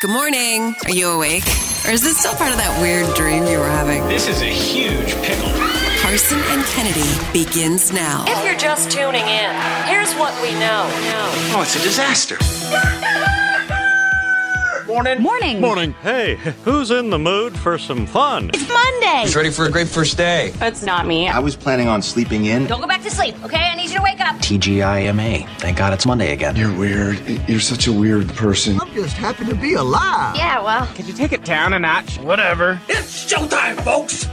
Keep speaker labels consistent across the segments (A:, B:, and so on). A: Good morning. Are you awake? Or is this still part of that weird dream you were having?
B: This is a huge pickle.
A: Carson and Kennedy begins now.
C: If you're just tuning in, here's what we know.
B: Oh, it's a disaster. Morning.
D: Morning.
E: Morning. Hey, who's in the mood for some fun?
D: Monday.
F: ready for a great first day.
C: That's not me.
G: I was planning on sleeping in.
D: Don't go back to sleep, okay? I need you to wake up.
G: TGIMA. Thank God it's Monday again.
H: You're weird. You're such a weird person.
I: just happy to be alive.
D: Yeah, well.
B: It's showtime, folks.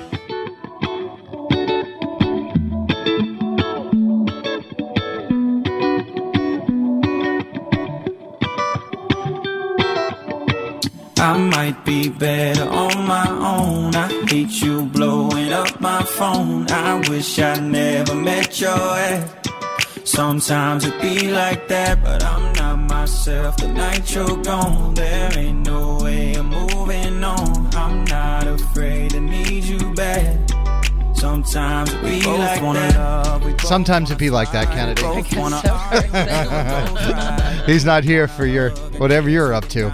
J: I might be better on my own. I hate you blowing up my phone. I wish I never met your ass. Sometimes it be like that, but I'm not myself. The night you're gone, there ain't no way I'm moving on. I'm not afraid to need you back. Sometimes it be like that.
K: Sometimes it be like that, Kennedy.
J: Both wanna
K: He's not here for your whatever you're up to.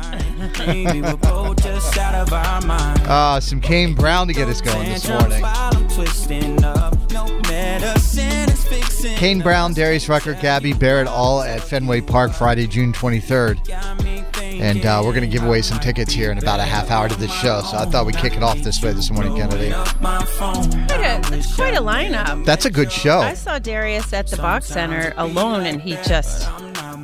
J: maybe we're both just out of our mind.
K: Uh, some Kane Brown to get us going this morning. Kane Brown, Darius Rucker, Gabby Barrett, all at Fenway Park Friday, June 23rd. And uh, we're going to give away some tickets here in about a half hour to this show. So I thought we'd kick it off this way this morning, Kennedy.
J: That's quite a lineup.
K: That's a good show.
J: saw Darius at the box center alone, and he just.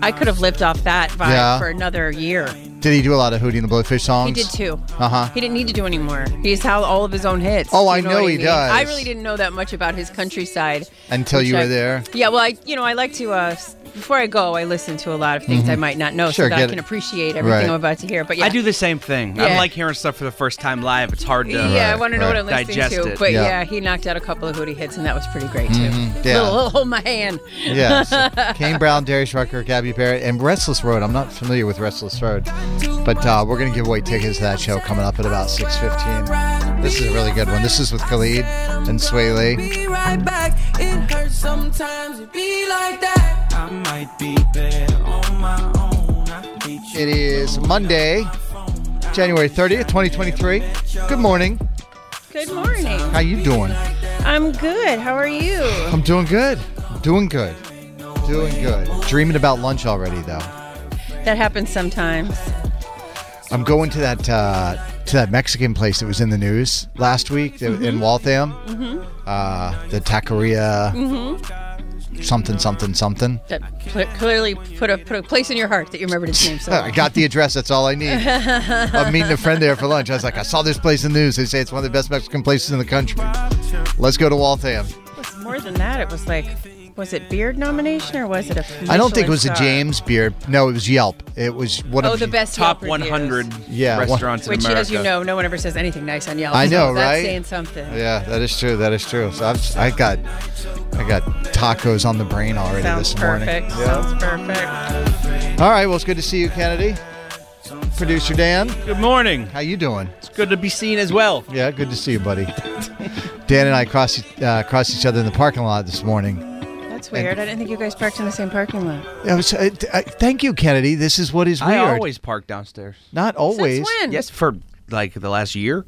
J: I could have lived off that vibe
K: Yeah.
J: for another year.
K: Did he do a lot of Hootie and the Blowfish
J: He
K: songs?
J: did too.
K: Uh huh.
J: He didn't need to do anymore. He's had all of his own hits.
K: Oh,
J: You
K: I know
J: what
K: he
J: mean?
K: does.
J: I really didn't know that much about his countryside
K: Until you
J: which
K: were
J: I-
K: there.
J: Yeah, well, I you know I like to uh, s- before I go, I listen to a lot of things I might not know
K: Mm-hmm. Sure,
J: so that I
K: get
J: can
K: it.
J: appreciate everything
K: Right.
J: I'm about to hear. But yeah,
F: I do the same thing.
J: Yeah.
F: I like hearing stuff for the first time live. It's hard to.
J: Yeah, I want to know
K: right.
J: what I'm listening
F: Digest
J: to.
F: it.
J: But
K: Yeah. Mm-hmm.
J: yeah. he knocked out a couple of hootie hits, and that was pretty great too.
K: yeah.
J: Little, little hold my hand.
K: yes. Kane Brown, Darius Rucker, Gabby Barrett, and Restless Road. I'm not familiar with Restless Road, but uh, we're gonna give away tickets to that show coming up at about 6:15. This is a really good one. This is with Khalid and Sway Lee.
J: Be right back. It hurts sometimes to be like that. I might be better on my own. I hate you.
K: It is Monday, January 30th, 2023. Good morning.
J: Good morning.
K: How you doing?
J: I'm good. How are you?
K: I'm doing good. I'm doing good. Doing good. Dreaming about lunch already though.
J: That happens sometimes.
K: I'm going to that uh, to that Mexican place that was in the news last week that- in Waltham.
L: Mm-hmm.
J: Mm-hmm.
K: Uh, the taqueria, something, something, something.
J: That pl- clearly put a put a place in your heart that you remembered its name. So
K: I got the address. That's all I need. I'm meeting a friend there for lunch. I was like, I saw this place in the news. They say it's one of the best Mexican places in the country. Let's go to Waltham.
J: more than that, it was like, was it Beard nomination or was it a?
K: I don't think it was a James Beard. No, it was Yelp. It was one
J: Oh,
K: of
J: the best
F: Top
J: Yelp reviews.
F: 100
K: Yeah, one-
F: restaurants in
J: Which,
F: America.
J: as you know, no one ever says anything nice on Yelp.
K: I know,
J: so that's
K: right?
J: Saying something.
K: Yeah, that is true. That is true. So I've, I got, I got tacos on the brain already
J: Sounds
K: this morning.
J: perfect. Sounds perfect.
K: All right. Well, it's good to see you, Kennedy. Producer Dan,
F: Good morning.
K: how you doing?
F: It's good to be seen as well.
K: Yeah, good to see you, buddy. Dan and I crossed uh, crossed each other in the parking lot this morning.
J: That's weird. I didn't think you guys parked in the same parking lot.
K: I was, uh, t- uh, thank you, Kennedy. This is what is weird.
F: I always park downstairs.
K: not always.
J: Since when?
F: Yes, for like the last year.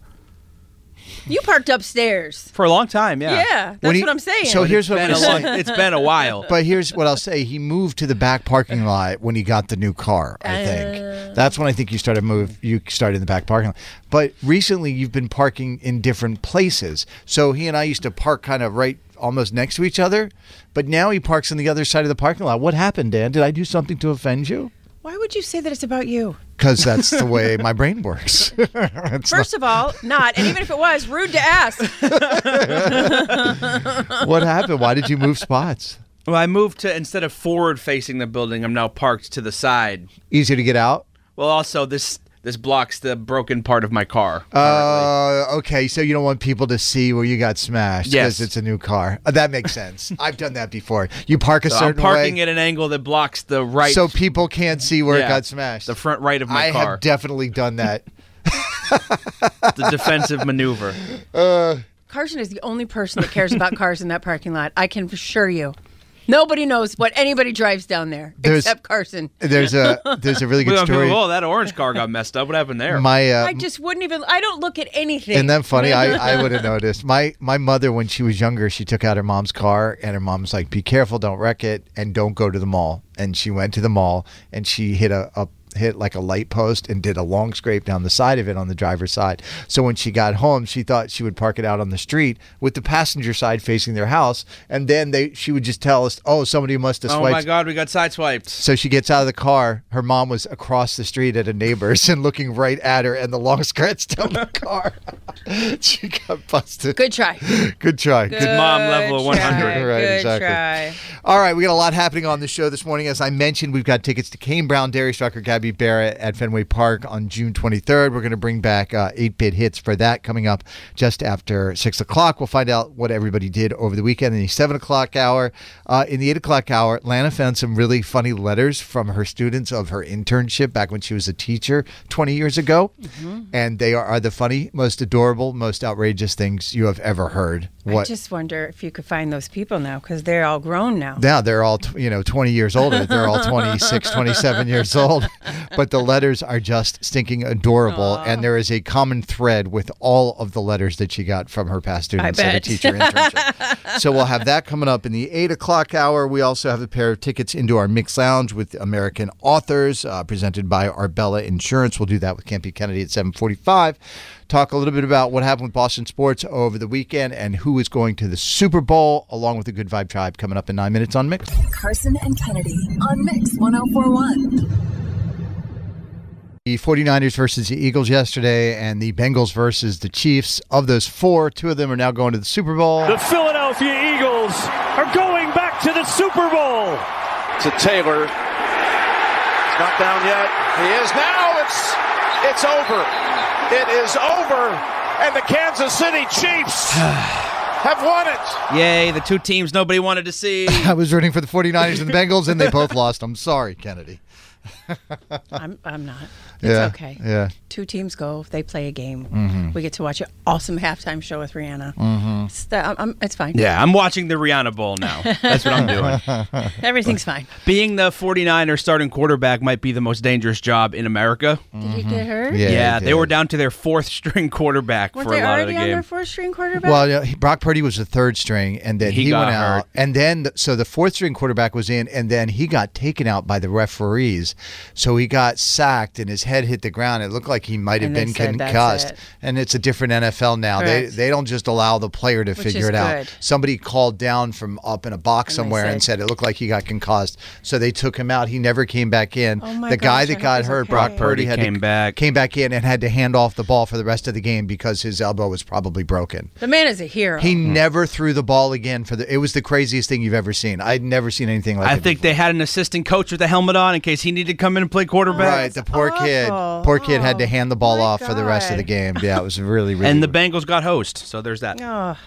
J: You parked upstairs.
F: For a long time, yeah.
J: Yeah,
K: When
J: that's
K: he-
J: what I'm saying.
K: So here's what I'm
F: Been a
K: gonna
F: long,
K: say.
F: it's been a while.
K: But here's what I'll say. He moved to the back parking lot when he got the new car. I think that's when I think you started move. You started in the back parking lot. But recently, you've been parking in different places. So he and I used to park kind of right, almost next to each other. But now he parks on the other side of the parking lot. What happened, Dan? Did I do something to offend you?
J: Why would you say that it's about you?
K: Because that's the way my brain works. It's
J: First of all, not. And even if it was, rude to ask.
K: not- what happened? Why did you move spots?
F: well, I moved to instead of forward facing the building, I'm now parked to the side.
K: Easier to get out.
F: Well, also this this blocks the broken part of my car.
K: Uh, okay, so you don't want people to see where you got smashed
F: Yes.
K: because it's a new car. Uh, that makes sense. I've done that before. You park a
F: so I'm
K: certain
F: parking
K: way
F: at an angle that blocks the right
K: so people can't see where
F: Yeah.
K: it got smashed.
F: the front right of my
K: I
F: car.
K: have definitely done that.
F: the defensive maneuver.
K: Uh,
J: Carson is the only person that cares about cars in that parking lot. I can assure you.
L: Nobody knows what anybody drives down there
K: There's-
L: except Carson.
K: There's a there's a really
F: We
K: good
F: don't
K: story.
F: People, oh, that orange car got messed up. What happened there?
K: My uh,
L: I just wouldn't even. I don't look at anything.
K: and then funny, I, I would have noticed. My my mother when she was younger, she took out her mom's car and her mom's like, "Be careful, don't wreck it, and don't go to the mall." And she went to the mall and she hit a, a hit like a light post and did a long scrape down the side of it on the driver's side. So when she got home, she thought she would park it out on the street with the passenger side facing their house, and then they she would just tell us, "Oh, somebody must have
F: oh
K: swiped."
F: my God, we got sideswiped.
K: So she gets out of the car. Her mom was across the street at a neighbor's and looking right at her, and the long scratch down the car. she got busted.
L: Good try.
K: Good try. Good,
F: mom level of 100.
K: Right,
L: Good
K: exactly.
L: try.
K: All right, we got a lot happening on the show this morning. As I mentioned, we've got tickets to Kane Brown, Dairy Striker, Gabby Barrett at Fenway Park on June 23rd. We're going to bring back uh, 8-bit hits for that coming up just after 6 o'clock. We'll find out what everybody did over the weekend in the 7 o'clock hour. Uh, in the 8 o'clock hour, Lana found some really funny letters from her students of her internship back when she was a teacher 20 years ago. And they are, are the funny, most adorable, most outrageous things you have ever heard.
L: I just wonder if you could find those people now because they're all grown now.
K: Now they're all, tw- you know, 20 years older. They're all 26, 27 years old. But the letters are just stinking adorable. And there is a common thread with all of the letters that she got from her past students at a
L: bet.
K: teacher internship. so we'll have that coming up in the 8 o'clock hour. We also have a pair of tickets into our Mix Lounge with American authors uh, presented by Arbella Insurance. We'll do that with Campy Kennedy at 745. Talk a little bit about what happened with Boston sports over the weekend and who is going to the Super Bowl, along with the Good Vibe Tribe coming up in nine minutes on Mix.
M: Carson and Kennedy on Mix 1041.
K: The 49ers versus the Eagles yesterday and the Bengals versus the Chiefs. Of those four, two of them are now going to the Super Bowl.
N: The Philadelphia Eagles are going back to the Super Bowl.
O: to Taylor. He's not down yet. He is now. It's it's over. It is over, and the Kansas City Chiefs have won it.
F: Yay, the two teams nobody wanted to see.
K: I was rooting for the 49ers and the Bengals, and they both lost. I'm sorry, Kennedy.
L: I'm, I'm not. It's
K: Yeah,
L: okay.
K: yeah. Mm-hmm.
L: Two teams go. They play a game.
F: Mhm.
L: We get to watch an awesome halftime show with Rihanna.
F: Mhm.
L: It's, the- I'm- I'm- it's fine.
F: Yeah, I'm watching the Rihanna Bowl now. That's what I'm doing.
L: Everything's fine.
F: Being the 49er starting quarterback might be the most dangerous job in America.
L: Did he get hurt?
F: Mm-hmm. Yeah, they were down to their fourth string quarterback
L: Weren't
F: for
L: they
F: a lot of the
L: already on
F: game.
L: their fourth string quarterback?
K: Well, yeah, he- Brock Purdy was the third string, and then he,
F: He got
K: went out.
F: hurt.
K: And then, th- so the fourth string quarterback was in, and then he got taken out by the referees. So he got sacked, and his head hit the ground. It looked like he might have
L: And they
K: been
L: said, "That's
K: concussed.
L: it."
K: And it's a different NFL now. They
L: Correct.
K: they don't just allow the player to
L: Which
K: figure
L: is
K: it
L: good.
K: out. Somebody called down from up in a box
L: And they
K: somewhere and
L: said-
K: said it looked like he got concussed. So they took him out. He never came back in.
L: Oh my
K: the guy
L: gosh, I
K: that
L: hope
K: got
L: he's
K: hurt,
L: okay.
K: Brock
L: Brock
K: Purdy,
F: Purdy
K: had to-
F: came back.
K: came back in and had to hand off the ball for the rest of the game because his elbow was probably broken.
L: the man is a hero.
K: He
F: Hmm.
K: never threw the ball again for the. It was the craziest thing you've ever seen. I'd never seen anything like
F: I
K: it.
F: think they had an assistant coach with a helmet on in case he needed to come in and play quarterback.
K: Right, the poor kid,
F: Oh.
K: poor kid had to hand the ball off for the rest of the game. Yeah, it was really, really.
F: and the Bengals got host, so there's that.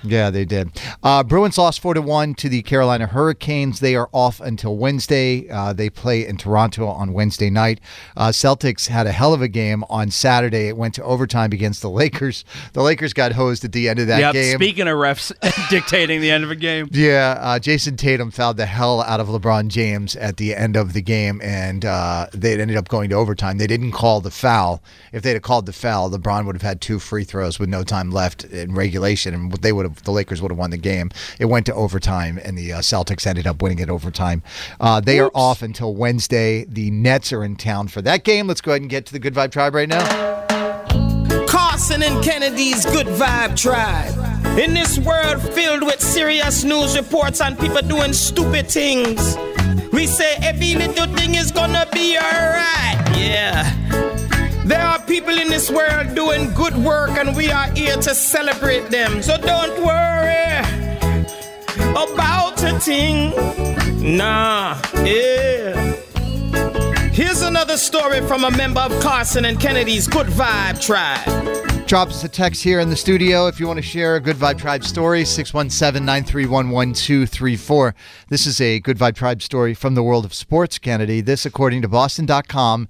K: yeah, they did. Uh, Bruins lost four to one to the Carolina Hurricanes. They are off until Wednesday. Uh, they play in Toronto on Wednesday night. Uh, Celtics had a hell of a game on Saturday. It went to overtime against the Lakers. The Lakers got hosed at the end of that
F: yep.
K: game.
F: Speaking of refs dictating the end of a game,
K: Yeah, uh, Jason Tatum fouled the hell out of LeBron James at the end of the game, and uh, they ended up going to overtime. They didn't call the foul. If they'd have called the foul, LeBron would have had two free throws with no time left in regulation, and they would have the Lakers would have won the game. It went to overtime, and the uh, Celtics ended up winning it overtime. Uh, they are off until Wednesday. The Nets are in town for that game. Let's go ahead and get to the Good Vibe Tribe right now.
P: Carson and Kennedy's Good Vibe Tribe. In this world filled with serious news reports and people doing stupid things, we say every little thing is gonna be alright. Yeah. There are people in this world doing good work and we are here to celebrate them. So don't worry about a thing. Nah, yeah. Here's another story from a member of Carson and Kennedy's Good Vibe Tribe.
K: Drop us a text here in the studio if you want to share a Good Vibe Tribe story, 617 931 1234. This is a Good Vibe Tribe story from the world of sports, Kennedy. This, according to Boston.com,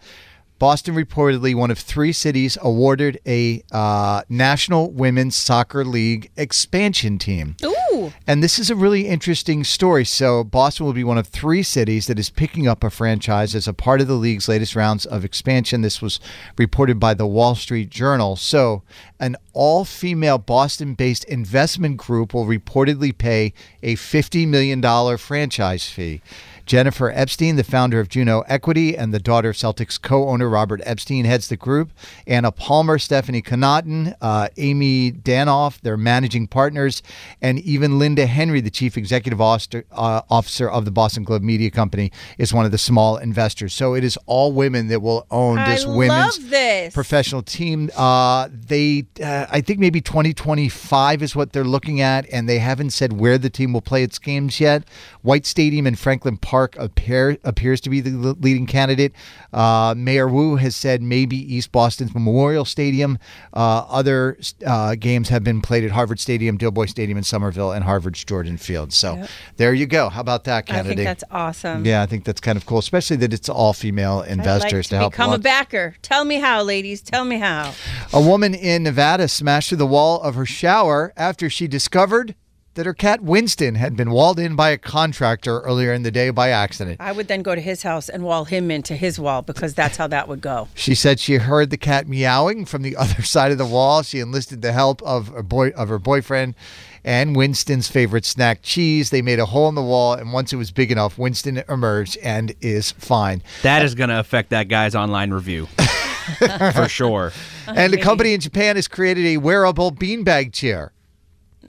K: Boston reportedly one of three cities awarded a uh, National Women's Soccer League expansion team.
L: Ooh. Oh.
K: And this is a really interesting story. So, Boston will be one of three cities that is picking up a franchise as a part of the league's latest rounds of expansion. This was reported by the Wall Street Journal. So, an all female Boston based investment group will reportedly pay a $50 million franchise fee. Jennifer Epstein, the founder of Juno Equity and the daughter of Celtics co owner Robert Epstein, heads the group. Anna Palmer, Stephanie Connaughton, uh, Amy Danoff, their managing partners, and even Linda Henry, the chief executive officer, uh, officer of the Boston Globe Media Company, is one of the small investors. So it is all women that will own
L: I
K: this
L: love
K: women's
L: this.
K: professional team. Uh, they, uh, I think maybe 2025 is what they're looking at, and they haven't said where the team will play its games yet. White Stadium in Franklin Park appear, appears to be the l- leading candidate. Uh, Mayor Wu has said maybe East Boston's Memorial Stadium. Uh, other uh, games have been played at Harvard Stadium, Dillboy Stadium in Somerville, and Harvard's Jordan Field. So
L: Yep.
K: there you go. How about that,
L: I
K: Kennedy?
L: think that's awesome.
K: Yeah, I think that's kind of cool, especially that it's all female
L: I'd
K: investors
L: like to,
K: to, help.
L: become a
K: launch-
L: backer. Tell me how, ladies. Tell me how.
K: a woman in Nevada smashed through the wall of her shower after she discovered that her cat Winston had been walled in by a contractor earlier in the day by accident.
L: I would then go to his house and wall him into his wall because that's how that would go.
K: She said she heard the cat meowing from the other side of the wall. She enlisted the help of her boy of her boyfriend and Winston's favorite snack, cheese. They made a hole in the wall, and once it was big enough, Winston emerged and is fine.
F: That is going to affect that guy's online review for sure.
K: And a company in Japan has created a wearable beanbag chair.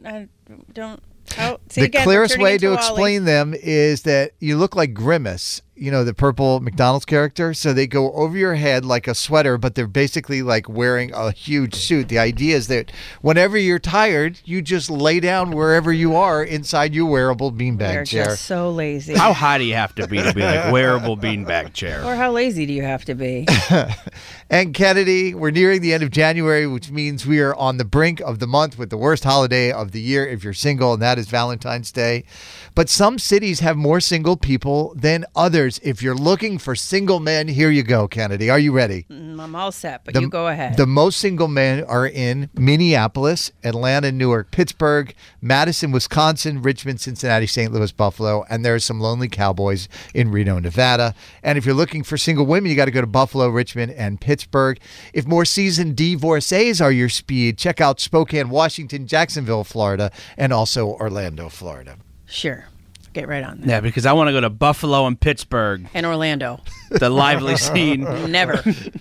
L: I don't. Oh, see
K: the
L: again, we're
K: clearest
L: turning
K: way
L: into
K: to
L: Wall-E.
K: explain them is that you look like Grimace, you know, the purple McDonald's character. So they go over your head like a sweater, but they're basically like wearing a huge suit. The idea is that whenever you're tired, you just lay down wherever you are inside your wearable beanbag
L: We're
K: chair.
L: just so lazy.
F: How high do you have to be to be like wearable beanbag
L: Or
F: chair?
L: how lazy do you have to be?
K: And Kennedy, we're nearing the end of January, which means we are on the brink of the month with the worst holiday of the year if you're single, and that is Valentine's Day. But some cities have more single people than others. If you're looking for single men, here you go, Kennedy. Are you ready?
L: Mm, I'm all set, but you go ahead.
K: The most single men are in Minneapolis, Atlanta, Newark, Pittsburgh, Madison, Wisconsin, Richmond, Cincinnati, St. Louis, Buffalo, and there are some lonely cowboys in Reno, Nevada. And if you're looking for single women, you got to go to Buffalo, Richmond, and Pittsburgh. If more seasoned divorcees are your speed, check out Spokane, Washington, Jacksonville, Florida, and also Orlando, Florida.
L: sure. Get right on that.
F: Yeah, because I want to go to Buffalo and Pittsburgh,
L: And Orlando.
F: the lively scene.
L: Never.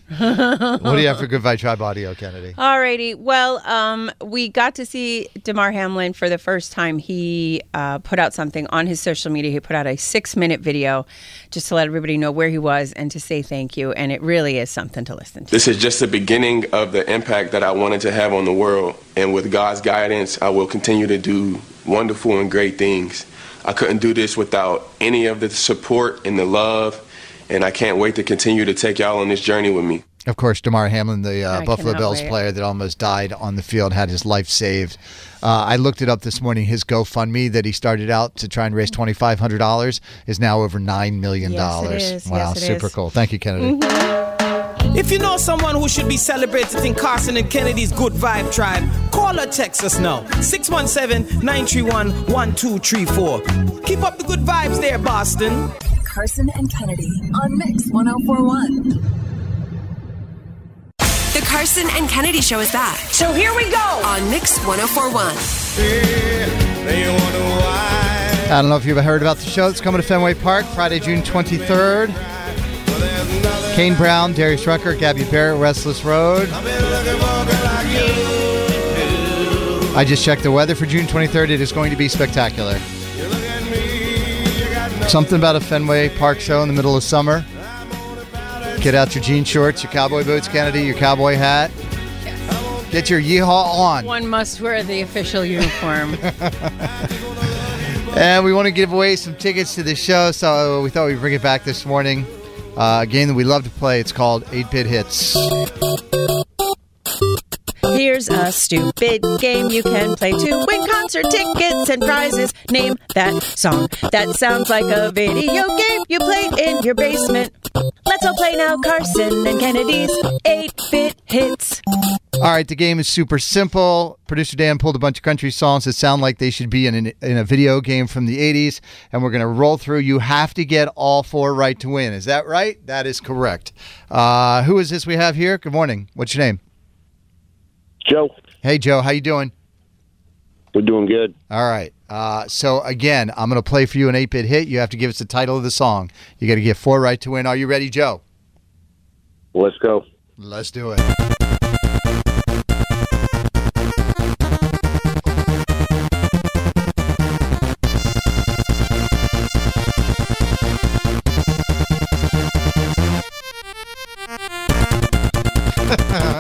K: What do you have for Goodbye Tribe audio, Kennedy?
L: Alrighty. Well, um, we got to see Damar Hamlin for the first time. He uh, put out something on his social media. He put out a six-minute video just to let everybody know where he was and to say thank you. And it really is something to listen to.
Q: This is just the beginning of the impact that I wanted to have on the world, and with God's guidance, I will continue to do wonderful and great things. I couldn't do this without any of the support and the love, and I can't wait to continue to take y'all on this journey with me.
K: Of course, Damar Hamlin, the uh,
Q: I
K: Buffalo
Q: cannot
K: Bills
Q: wait.
K: player that almost died on the field, had his life saved. Uh, I looked it up this morning. His GoFundMe that he started out to try and raise twenty five hundred dollars is now over nine million dollars.
P: Yes, it is. Mm.
K: Wow,
P: Yes, it
K: super
P: is.
K: cool. Thank you, Kennedy.
P: Mm-hmm. If you know someone who should be celebrated in Carson and Kennedy's Good Vibe Tribe, call or text us now. 617-931-1234. Keep up the good vibes there, Boston.
M: Carson and Kennedy on Mix 1041.
A: The Carson and Kennedy Show is back. So here we go on Mix 1041.
K: I don't know if you've heard about the show. It's coming to Fenway Park Friday, June 23rd. Kane Brown, Darius Rucker, Gabby Barrett, Restless Road. I just checked the weather for June 23rd. It is going to be spectacular. Something about a Fenway Park show in the middle of summer. Get out your jean shorts, your cowboy boots, Kennedy, your cowboy hat. Get your yeehaw on.
L: One must wear the official uniform.
K: And we want to give away some tickets to the show, so we thought we'd bring it back this morning. Uh, a game that we love to play. It's called 8 Bit Hits.
L: Here's a stupid game you can play to win concert tickets and prizes. Name that song. That sounds like a video game you played in your basement. Let's all play now Carson and Kennedy's 8 bit hits.
K: All All right, the game is super simple. Producer Dan pulled a bunch of country songs that sound like they should be in, an, in a video game from the 80s, and we're going to roll through. You have to get all four right to win. Is that right? That is correct. Uh, who is this we have here? Good morning. What's your name?
R: Joe.
K: Hey, Joe. How you doing?
R: We're doing good.
K: All right. Uh, so again, I'm going to play for you an 8-bit hit. You have to give us the title of the song. You got to get four right to win. Are you ready, Joe?
R: Let's go.
K: Let's do it.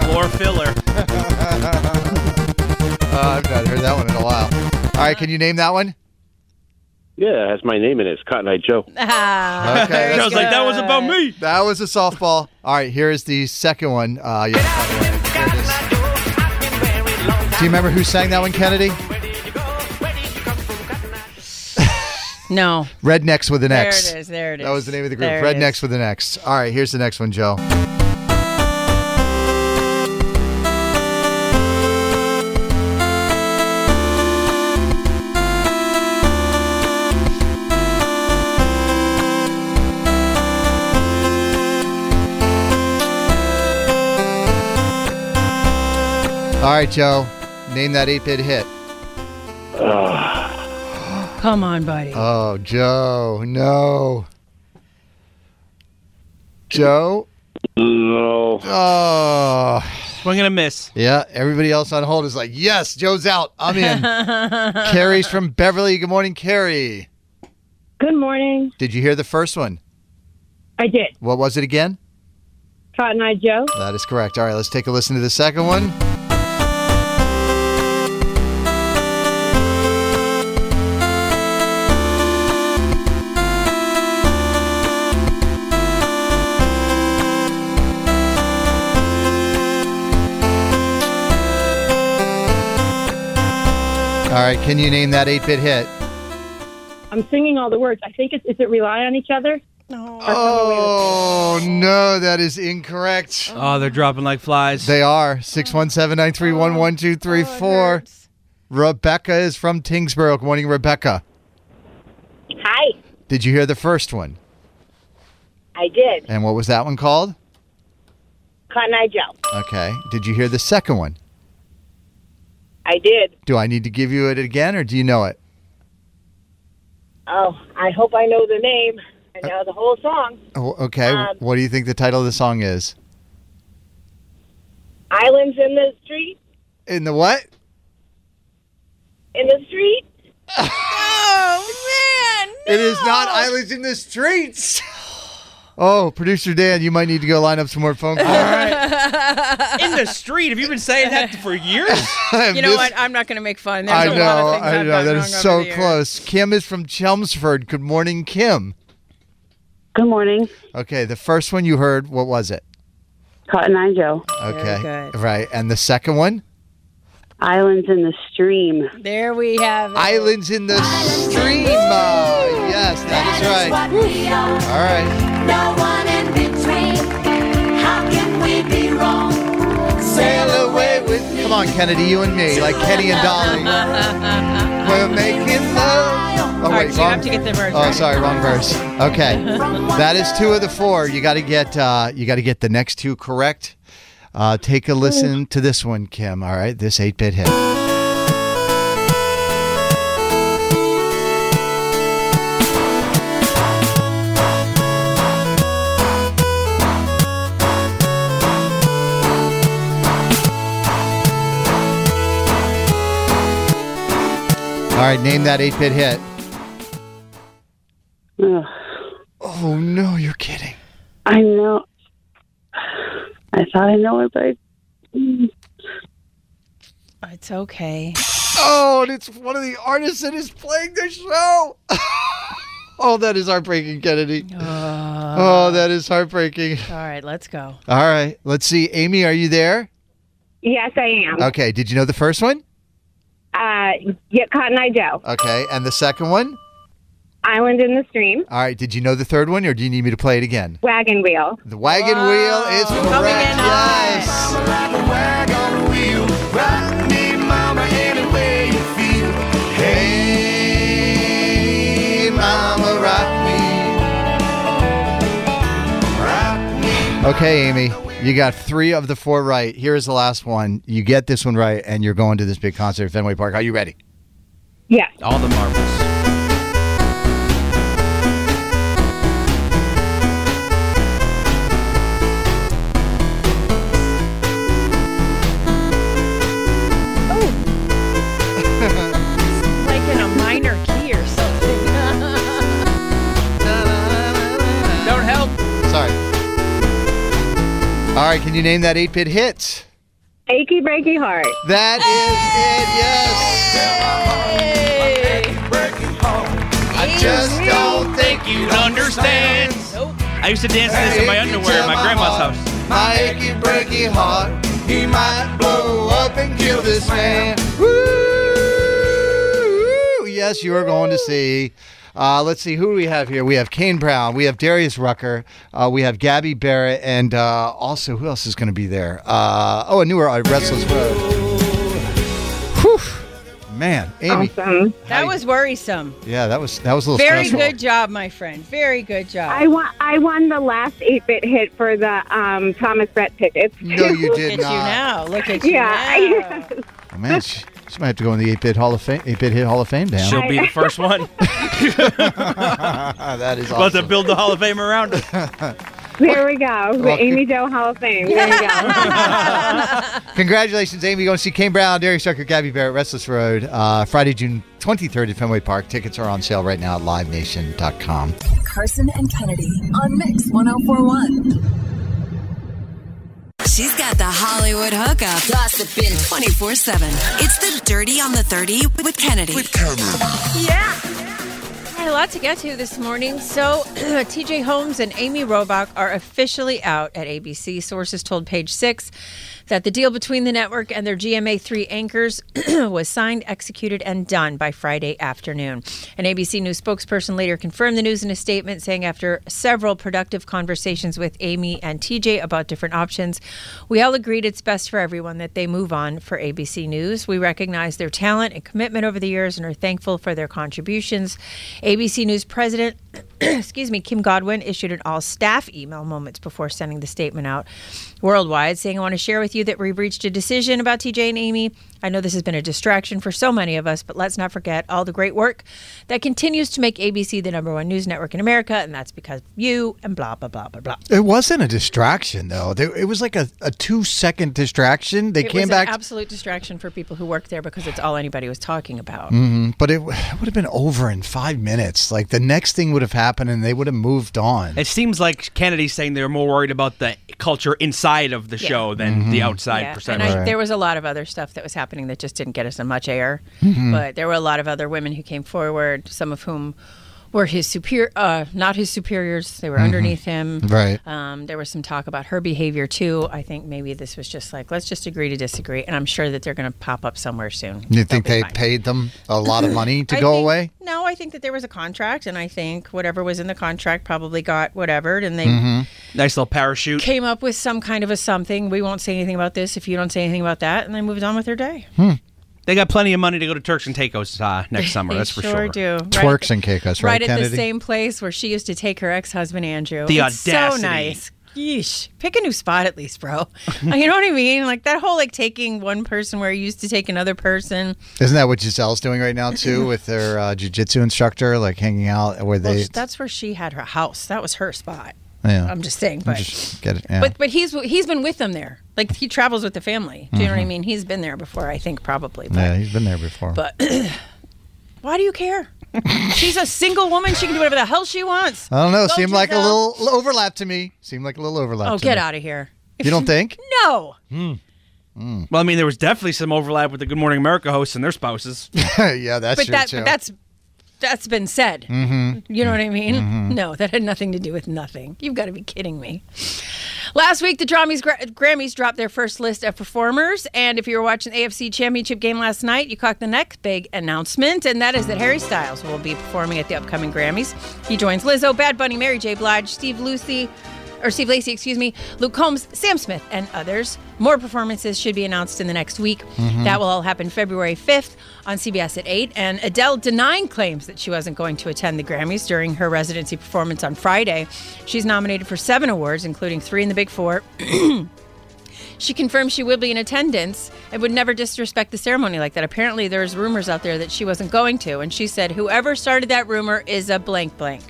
F: Floor filler.
K: Uh, I've not heard that one in a while. All right, can you name that one?
R: Yeah, it has my name in it. It's Cotton Eye Joe.
K: Ah, okay,
R: Sounds like that was
K: about me. That was a softball. All right, here is the second one. Uh, you- Do you remember who sang that one, Kennedy?
L: No.
K: Rednecks with an
L: There
K: X.
L: it is, there it
K: That
L: is.
K: was the name of the group.
L: There it
K: Rednecks with an X. All right, here's the next one, Joe. All right, Joe. Name that 8 bit hit.
L: Come on, buddy.
K: Oh, Joe, no. Joe?
R: No.
K: Oh.
F: Swing and a miss.
K: Yeah, everybody else on hold is like, yes, Joe's out. I'm in. Carrie's from Beverly. Good morning, Carrie.
S: Good morning.
K: Did you hear the first one?
S: I did.
K: What was it again?
S: Cotton Eye Joe.
K: That is correct. All right, let's take a listen to the second one. All right, can you name that 8 bit hit?
S: I'm singing all the words. I think it's is it rely on each other? No.
K: Oh, no, that is incorrect.
F: Oh, they're dropping like flies.
K: They are. 617 931 1234. Rebecca is from Tingsboro. Good morning, Rebecca.
T: Hi,
K: Did you hear the first one?
T: I did.
K: And what was that one called?
T: Cotton Eye Joe.
K: Okay. Did you hear the second one?
T: I did.
K: Do I need to give you it again or do you know it?
T: Oh, I hope I know the name. I know the whole song.
K: Oh, okay.
T: Um,
K: what do you think the title of the song is?
T: Islands in the street.
K: In the what?
T: In the street.
L: oh
K: It is not Islands in the Streets. Oh, producer Dan, you might need to go line up some more phone calls.
F: In the street. Have you been saying that for years?
L: You know what? I'm not going to make fun. There's
K: I
L: a
K: know,
L: lot of things
K: I
L: I've
K: know.
L: gotten
K: That
L: wrong
K: is
L: over
K: so
L: the years.
K: close. Kim is from Chelmsford. Good morning, Kim.
S: Good morning.
K: Okay, the first one you heard, what was it?
S: Cotton Eye Joe.
K: Okay. Right. And the second one?
S: Islands in the stream.
L: There we have it.
K: Islands in the Stream. Uh, yes, that is right.
M: what we are.
K: All right.
M: No one in between. How can we be wrong?
K: Sail away with me. Come on, Kennedy, you and me, like Kenny and Dolly. We're making love. Oh,
L: All right,
K: wait,
L: so you
K: wrong.
L: have to get the verse
K: Oh,
L: right.
K: sorry, wrong verse. Okay, that is two of the four. You got to get uh, you got to get the next two correct. Uh, take a listen to this one, Kim. All right, this eight bit hit. All right, name that eight bit hit. Oh no, you're kidding.
S: I know. I thought I know it, but I- Mm.
L: It's okay.
K: Oh, and it's one of the artists that is playing the show. oh, that is heartbreaking, Kennedy. oh, that is heartbreaking.
L: Uh, All right, let's go.
K: All right, let's see. Amy, are you there?
T: Yes, I am.
K: Okay, did you know the first one?
T: Uh, yeah, Cotton Eye Joe.
K: Okay, and the second one?
T: Island in the stream.
K: All right, did you know the third one, or do you need me to play it again?
T: Wagon wheel.
K: The wagon wheel is correct. Yes. Okay, Amy, you got three of the four right. Here is the last one. You get this one right, and you're going to this big concert at Fenway Park. Are you ready?
T: Yeah.
F: All the marbles.
L: Oh. like in a minor key or something.
F: Don't help.
K: Sorry. All right, can you name that 8 bit hit?
T: Achy breaky heart.
K: That
T: is it. Yes.
F: I just don't think you'd understand. I used to dance to this in my underwear at my grandma's house.
K: My achy breaky heart, he might blow up and kill this man. Woo! Yes, you are going to see. Uh, let's see who do we have here. We have Kane Brown, we have Darius Rucker, uh, we have Gabby Barrett, and uh, also who else is going to be there? Uh, oh, a newer uh, Restless Road. Whew. Man, Amy.
L: That was worrisome.
K: Yeah, that was that was a little
L: Very
K: stressful.
L: good job, my friend. Very good job.
T: I won. I won the last eight bit hit for the um, Thomas Rhett tickets.
K: No, you
L: Look
K: did
L: at you
K: not.
L: now. Look at you
T: Yeah.
L: now.
K: Oh, man, she, she might have to go in the 8 bit Hall of Fame, 8 bit Hit Hall of Fame down.
F: She'll be the first one.
K: that is
F: About to
K: awesome.
F: build the Hall of Fame around it.
T: There we go. The
K: Well,
T: Amy Joe Hall of Fame. There we go.
K: Congratulations, Amy. You're going to see Kane Brown, Darius Rucker, Gabby Barrett, Restless Road, uh, Friday, June 23rd at Fenway Park. Tickets are on sale right now at livenation.com.
M: Carson and Kennedy on Mix 1041.
A: She's got the Hollywood hookup. Gossiping 24 7. It's the Dirty on the 30 with Kennedy. With Kennedy.
L: Yeah. Had a lot to get to this morning. So, TJ Holmes and Amy Robach are officially out at ABC. Sources told Page Six that the deal between the network and their GMA3 anchors was signed, executed, and done by Friday afternoon. An ABC News spokesperson later confirmed the news in a statement saying, after several productive conversations with Amy and TJ about different options, we all agreed it's best for everyone that they move on for ABC News. We recognize their talent and commitment over the years and are thankful for their contributions. ABC News president, excuse me, Kim Godwin issued an all staff email moments before sending the statement out worldwide saying, I want to share with you that we've reached a decision about TJ and Amy. I know this has been a distraction for so many of us, but let's not forget all the great work that continues to make ABC the number one news network in America, and that's because of you and blah, blah, blah, blah, blah.
K: It wasn't a distraction, though. There- It was like a, a two second distraction. They
L: it
K: came
L: was
K: back.
L: an absolute distraction for people who work there because it's all anybody was talking about.
K: Mhm, But it, w- it would have been over in five minutes. Like the next thing would have happened and they would have moved on.
F: It seems like Kennedy's saying they're more worried about the culture inside of the
L: Yeah. Mm-hmm.
F: show than the
K: Mhm.
F: outside
L: Yeah,
F: perception.
L: and I, there was a lot of other stuff that was happening that just didn't get us in much air.
K: Mm-hmm.
F: Mhm.
L: But there were a lot of other women who came forward, some of whom were his superior, uh, not his superiors. They were
K: Mhm.
L: underneath him.
K: Right.
L: Um, there was some talk about her behavior too. I think maybe this was just like let's just agree to disagree, and I'm sure that they're going to pop up somewhere soon.
K: You think they paid them a lot of money to
L: I
K: go
L: think-
K: away?
L: No, I think that there was a contract, and I think whatever was in the contract probably got whatevered, and they
K: Mm-hmm.
F: Nice little parachute.
L: came up with some kind of a something. We won't say anything about this if you don't say anything about that, and they moved on with their day.
F: They got plenty of money to go to Turks and Caicos uh, next summer.
L: They
F: That's for
L: sure
F: sure.
L: do.
K: Twerks and Caicos, right,
L: right at
K: Kennedy?
L: the same place where she used to take her ex-husband Andrew.
F: The
L: it's
F: audacity.
L: So nice. Yeesh. Pick a new spot at least, bro. you know what I mean? Like that whole like taking one person where you used to take another person.
K: Isn't that what Giselle's doing right now too, with their uh, jujitsu instructor, like hanging out where
L: Well,
K: they?
L: that's where she had her house. That was her spot.
K: Yeah.
L: I'm just saying,
K: I'm
L: but
K: just- get it, yeah.
L: But but he's he's been with them there. Like he travels with the family. Do you
K: Mm-hmm.
L: know what I mean? He's been there before, I think probably. But,
K: yeah, he's been there before.
L: but why do you care? She's a single woman. She can do whatever the hell she wants.
K: I don't know.
L: Go,
K: seemed like a
L: Giselle.
K: little overlap to me. Seemed like a little overlap.
L: Oh,
K: to
L: get
K: me.
L: out of here.
K: You don't think?
L: No.
F: Mm. Well, I mean, there was definitely some overlap with the Good Morning America hosts and their spouses.
K: yeah, that's
L: but that but that's that's been said.
F: Mm-hmm.
L: You know what I mean?
F: Mhm.
L: No, that had nothing to do with nothing. You've got to be kidding me. Last week, the Grammys, Grammys dropped their first list of performers. And if you were watching the AFC Championship game last night, you caught the next big announcement, and that is that Harry Styles will be performing at the upcoming Grammys. He joins Lizzo, Bad Bunny, Mary J. Blige, Steve Lucy, or Steve Lacey, excuse me, Luke Combs, Sam Smith, and others. More performances should be announced in the next week.
M: Mhm.
L: That will all happen February 5th on CBS at 8. And Adele denying claims that she wasn't going to attend the Grammys during her residency performance on Friday. She's nominated for seven awards, including three in the Big Four. She confirmed she will be in attendance and would never disrespect the ceremony like that. Apparently, there's rumors out there that she wasn't going to, and she said, "Whoever started that rumor is a blank blank."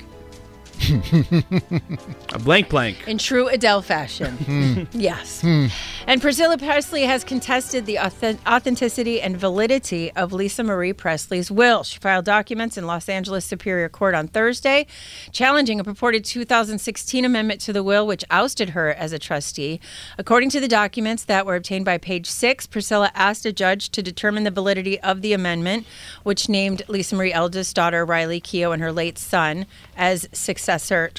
F: Mm-hmm. a blank blank.
L: In true Adele fashion, yes.
K: Hmm.
L: And Priscilla Presley has contested the auth- authenticity and validity of Lisa Marie Presley's will. She filed documents in Los Angeles Superior Court on Thursday, challenging a purported 2016 amendment to the will, which ousted her as a trustee. According to the documents that were obtained by page six, Priscilla asked a judge to determine the validity of the amendment, which named Lisa Marie eldest daughter Riley Keough and her late son as successor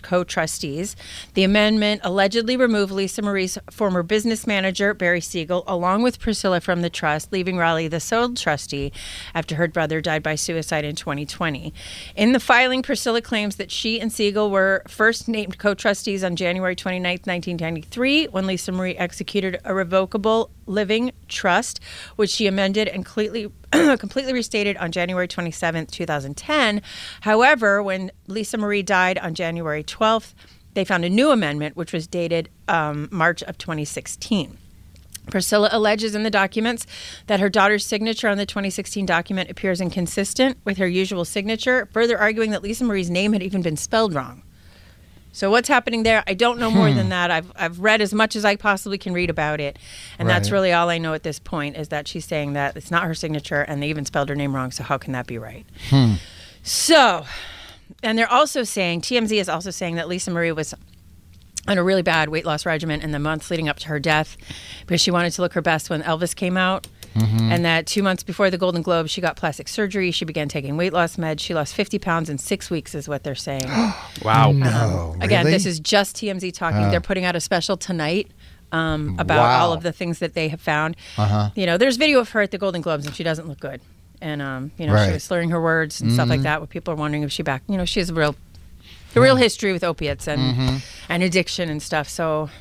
L: co-trustees. The amendment allegedly removed Lisa Marie's former business manager Barry Siegel, along with Priscilla, from the trust, leaving Riley the sole trustee after her brother died by suicide in 2020. In the filing, Priscilla claims that she and Siegel were first named co-trustees on January 29, 1993, when Lisa Marie executed a revocable living trust, which she amended and completely completely restated on January 27, 2010. However, when Lisa Marie died on January 12th, they found a new amendment, which was dated um, March of 2016. Priscilla alleges in the documents that her daughter's signature on the 2016 document appears inconsistent with her usual signature, further arguing that Lisa Marie's name had even been spelled wrong. So what's happening there? I don't know more than that. I've I've read as much as I possibly can read about it, and that's
M: Right.
L: really all I know at this point is that she's saying that it's not her signature, and they even spelled her name wrong. So how can that be right?
M: Hmm.
L: So, and they're also saying TMZ is also saying that Lisa Marie was on a really bad weight loss regimen in the months leading up to her death because she wanted to look her best when Elvis came out.
K: Mm-hmm.
M: Mhm.
L: And that two months before the Golden Globe, she got plastic surgery. She began taking weight loss meds. She lost 50 pounds in six weeks, is what they're saying. Um,
F: Wow.
K: No.
L: Again,
K: really?
L: this is just TMZ talking.
K: Oh.
L: They're putting out a special tonight um, about
K: Wow.
L: all of the things that they have found.
K: Uh-huh.
L: You know, there's video of her at the Golden Globes, and she doesn't look good. And um, you know,
K: Right.
L: she was slurring her words and stuff like
K: Mhm.
L: that. Where people are wondering if she back. You know, she has a real, a real history with opiates and
K: Mhm.
L: and addiction and stuff. So.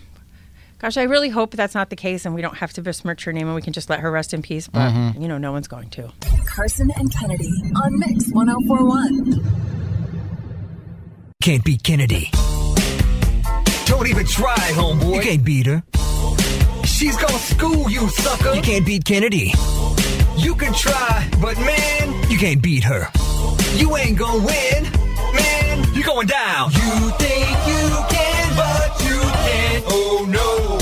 L: Gosh, I really hope that's not the case, and we don't have to besmirch her name, and we can just let her rest in peace. But
M: Mhm.
L: you know, no one's going to.
A: Carson and Kennedy on Mix 1041.
U: Can't beat Kennedy. Don't even try, homeboy. You can't beat her. She's gonna school you, sucker. You can't beat Kennedy. You can try, but man, you can't beat her. You ain't gonna win, man. You're going down. You think you can, but you can't. Oh no.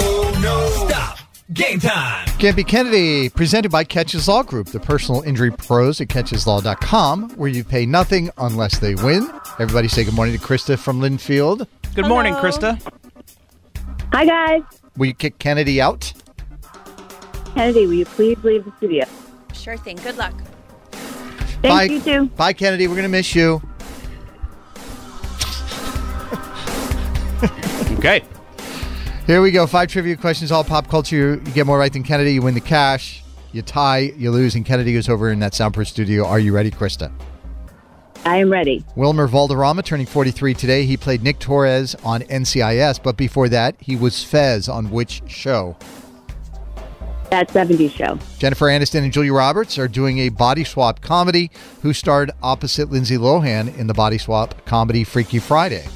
U: Oh no. Stop. Game time.
K: Can't be Kennedy, presented by Catches Law Group, the personal injury pros at catcheslaw.com, where you pay nothing unless they win. Everybody say good morning to Krista from Linfield.
F: Good morning, Krista.
K: Hi, guys. Will you kick Kennedy out?
T: Kennedy, will you please leave the studio?
L: Sure thing. Good luck.
K: Bye. you too. Bye, Kennedy. We're going to miss you.
F: okay.
K: Here we go. Five trivia questions, all pop culture. You get more right than Kennedy. You win the cash. You tie, you lose, and Kennedy goes over in that soundproof studio. Are you ready, Krista?
T: I am ready.
K: Wilmer Valderrama turning 43 today. He played Nick Torres on NCIS, but before that, he was Fez on which show?
T: That 70s show.
K: Jennifer Aniston and Julia Roberts are doing a body swap comedy. Who starred opposite Lindsay Lohan in the body swap comedy Freaky Friday?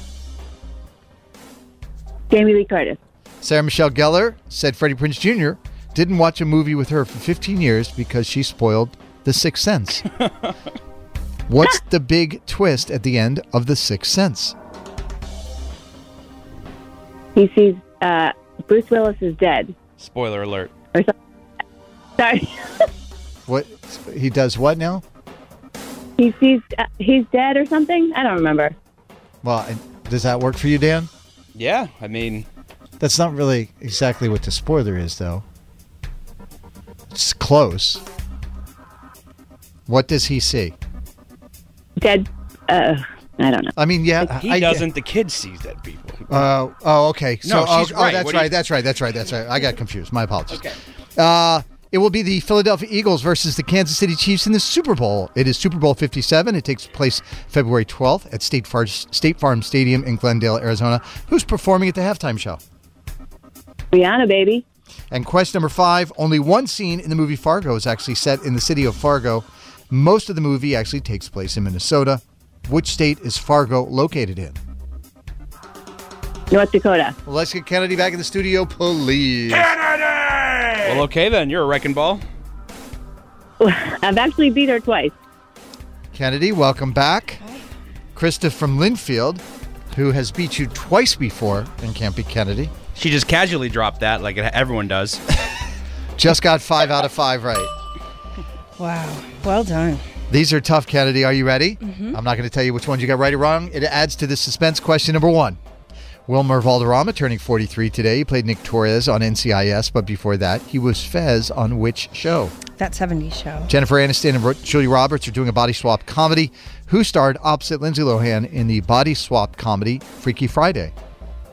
T: Jamie Lee Curtis.
K: Sarah Michelle Gellar said Freddie Prince Jr. didn't watch a movie with her for 15 years because she spoiled The Sixth Sense. What's the big twist at the end of The Sixth Sense?
T: He sees uh, Bruce Willis is dead.
F: Spoiler alert.
T: Sorry.
K: What he does what now?
T: he sees uh, he's dead or something. I don't remember.
K: Well, I- does that work for you, Dan?
F: Yeah, I mean,
K: That's not really exactly what the spoiler is, though. It's close. What does he see?
T: Dead. Uh, I don't know.
K: I mean, yeah,
F: he
K: I-
F: doesn't. The kid sees that people.
K: Uh, oh, okay. So,
F: No, she's
K: oh, oh,
F: right.
K: that's
F: What do you-
K: right. That's right. That's right. That's right. I got confused. My apologies. Okay. Uh, it will be the Philadelphia Eagles versus the Kansas City Chiefs in the Super Bowl. It is Super Bowl 57. It takes place February 12th at State, Far- State Farm Stadium in Glendale, Arizona. Who's performing at the halftime show?
T: Rihanna, baby.
K: And quest number five only one scene in the movie Fargo is actually set in the city of Fargo. Most of the movie actually takes place in Minnesota. Which state is Fargo located in?
S: North Dakota.
K: Well, let's get Kennedy back in the studio, please.
F: Well, okay then. You're a wrecking ball.
S: I've actually beat her twice.
K: Kennedy, welcome back. Krista from Linfield, who has beat you twice before and can't be Kennedy,
F: She just casually dropped that, like it- everyone does.
K: just got five out of five right.
L: Wow. Well done.
K: These are tough, Kennedy. Are you ready?
L: Mhm.
K: I'm not going to tell you which ones you got right or wrong. It adds to the suspense. Question number one. Wilmer Valderrama turning 43 today. He played Nick Torres on NCIS, but before that, he was Fez on which show?
L: That 70s show.
K: Jennifer Aniston and Ro- Julia Roberts are doing a body swap comedy. Who starred opposite Lindsay Lohan in the body swap comedy Freaky Friday?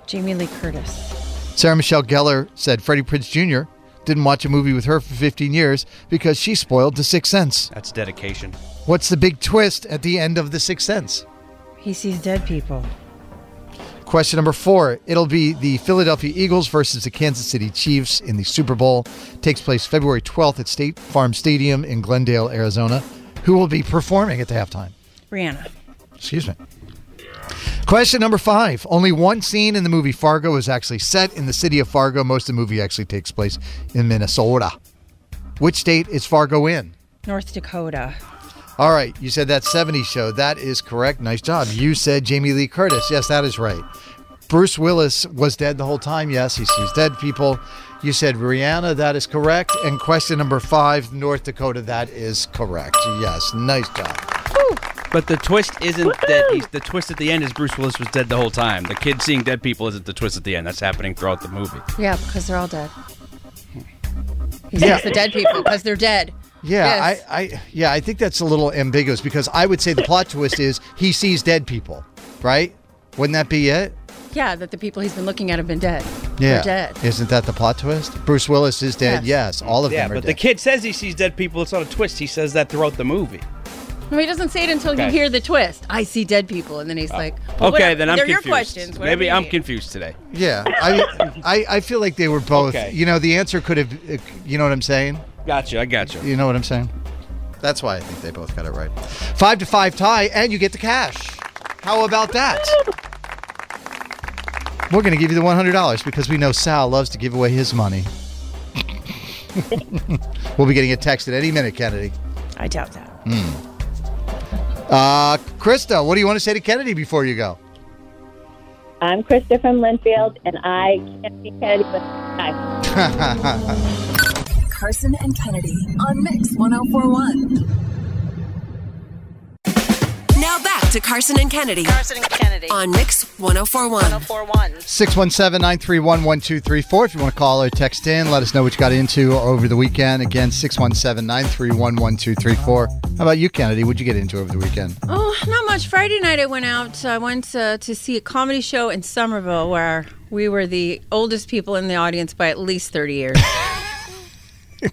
L: Jamie Lee Curtis.
K: Sarah Michelle Gellar said Freddie Prince Jr. didn't watch a movie with her for 15 years because she spoiled The Sixth Sense.
F: That's dedication.
K: What's the big twist at the end of The Sixth Sense?
L: He sees dead people.
K: Question number four. It'll be the Philadelphia Eagles versus the Kansas City Chiefs in the Super Bowl. Takes place February 12th at State Farm Stadium in Glendale, Arizona. Who will be performing at the halftime?
L: Rihanna.
K: Excuse me. Question number five. Only one scene in the movie Fargo is actually set in the city of Fargo. Most of the movie actually takes place in Minnesota. Which state is Fargo in?
L: North Dakota.
K: All right, you said that 70s show. That is correct. Nice job. You said Jamie Lee Curtis. Yes, that is right. Bruce Willis was dead the whole time. Yes, he sees dead people. You said Rihanna. That is correct. And question number five, North Dakota. That is correct. Yes, nice job.
F: But the twist isn't that he's, the twist at the end is Bruce Willis was dead the whole time. The kid seeing dead people isn't the twist at the end. That's happening throughout the movie.
L: Yeah, because they're all dead. He
K: Yeah.
L: sees the dead people because they're dead.
K: Yeah,
L: Yes.
K: I, I, yeah, I think that's a little ambiguous because I would say the plot twist is he sees dead people, right? Wouldn't that be it?
L: Yeah, that the people he's been looking at have been dead.
K: Yeah,
L: They're dead.
K: Isn't that the plot twist? Bruce Willis is dead. Yes, all of
F: yeah,
K: them are
F: but the
K: dead.
F: kid says he sees dead people. It's not a twist. He says that throughout the movie.
L: No, he doesn't say it until
F: Okay. Oh.
L: you hear the twist. I see dead people, and then he's like, well,
F: okay,
L: whatever.
F: then I'm
L: they're
F: confused.
L: your questions. whatever
F: Maybe
L: you
F: I'm
L: need.
F: confused today.
K: yeah, I, I, I feel like they were both.
F: Okay.
K: You know, the answer could have. uh, You know what I'm saying?
F: Gotcha. I gotcha.
K: You know what I'm saying? That's why I think they both got it right. Five to five tie, and you get the cash. How about that? We're going to give you the $100 because we know Sal loves to give away his money. we'll be getting a text at any minute, Kennedy.
L: I doubt that.
K: Uh, Krista, what do you want to say to Kennedy before you go?
E: I'm Krista from Linfield, and I can't be Kennedy, but I.
A: Carson and Kennedy on Mix 1041. Now back to Carson and Kennedy. Carson and Kennedy on Mix 1041. 1041.
K: 617 931 1234. If you want to call or text in, let us know what you got into over the weekend. Again, 617 931 1234. How about you, Kennedy? What'd you get into over the weekend?
L: Oh, not much. Friday night, I went out. I went uh, to see a comedy show in Somerville where we were the oldest people in the audience by at least 30 years.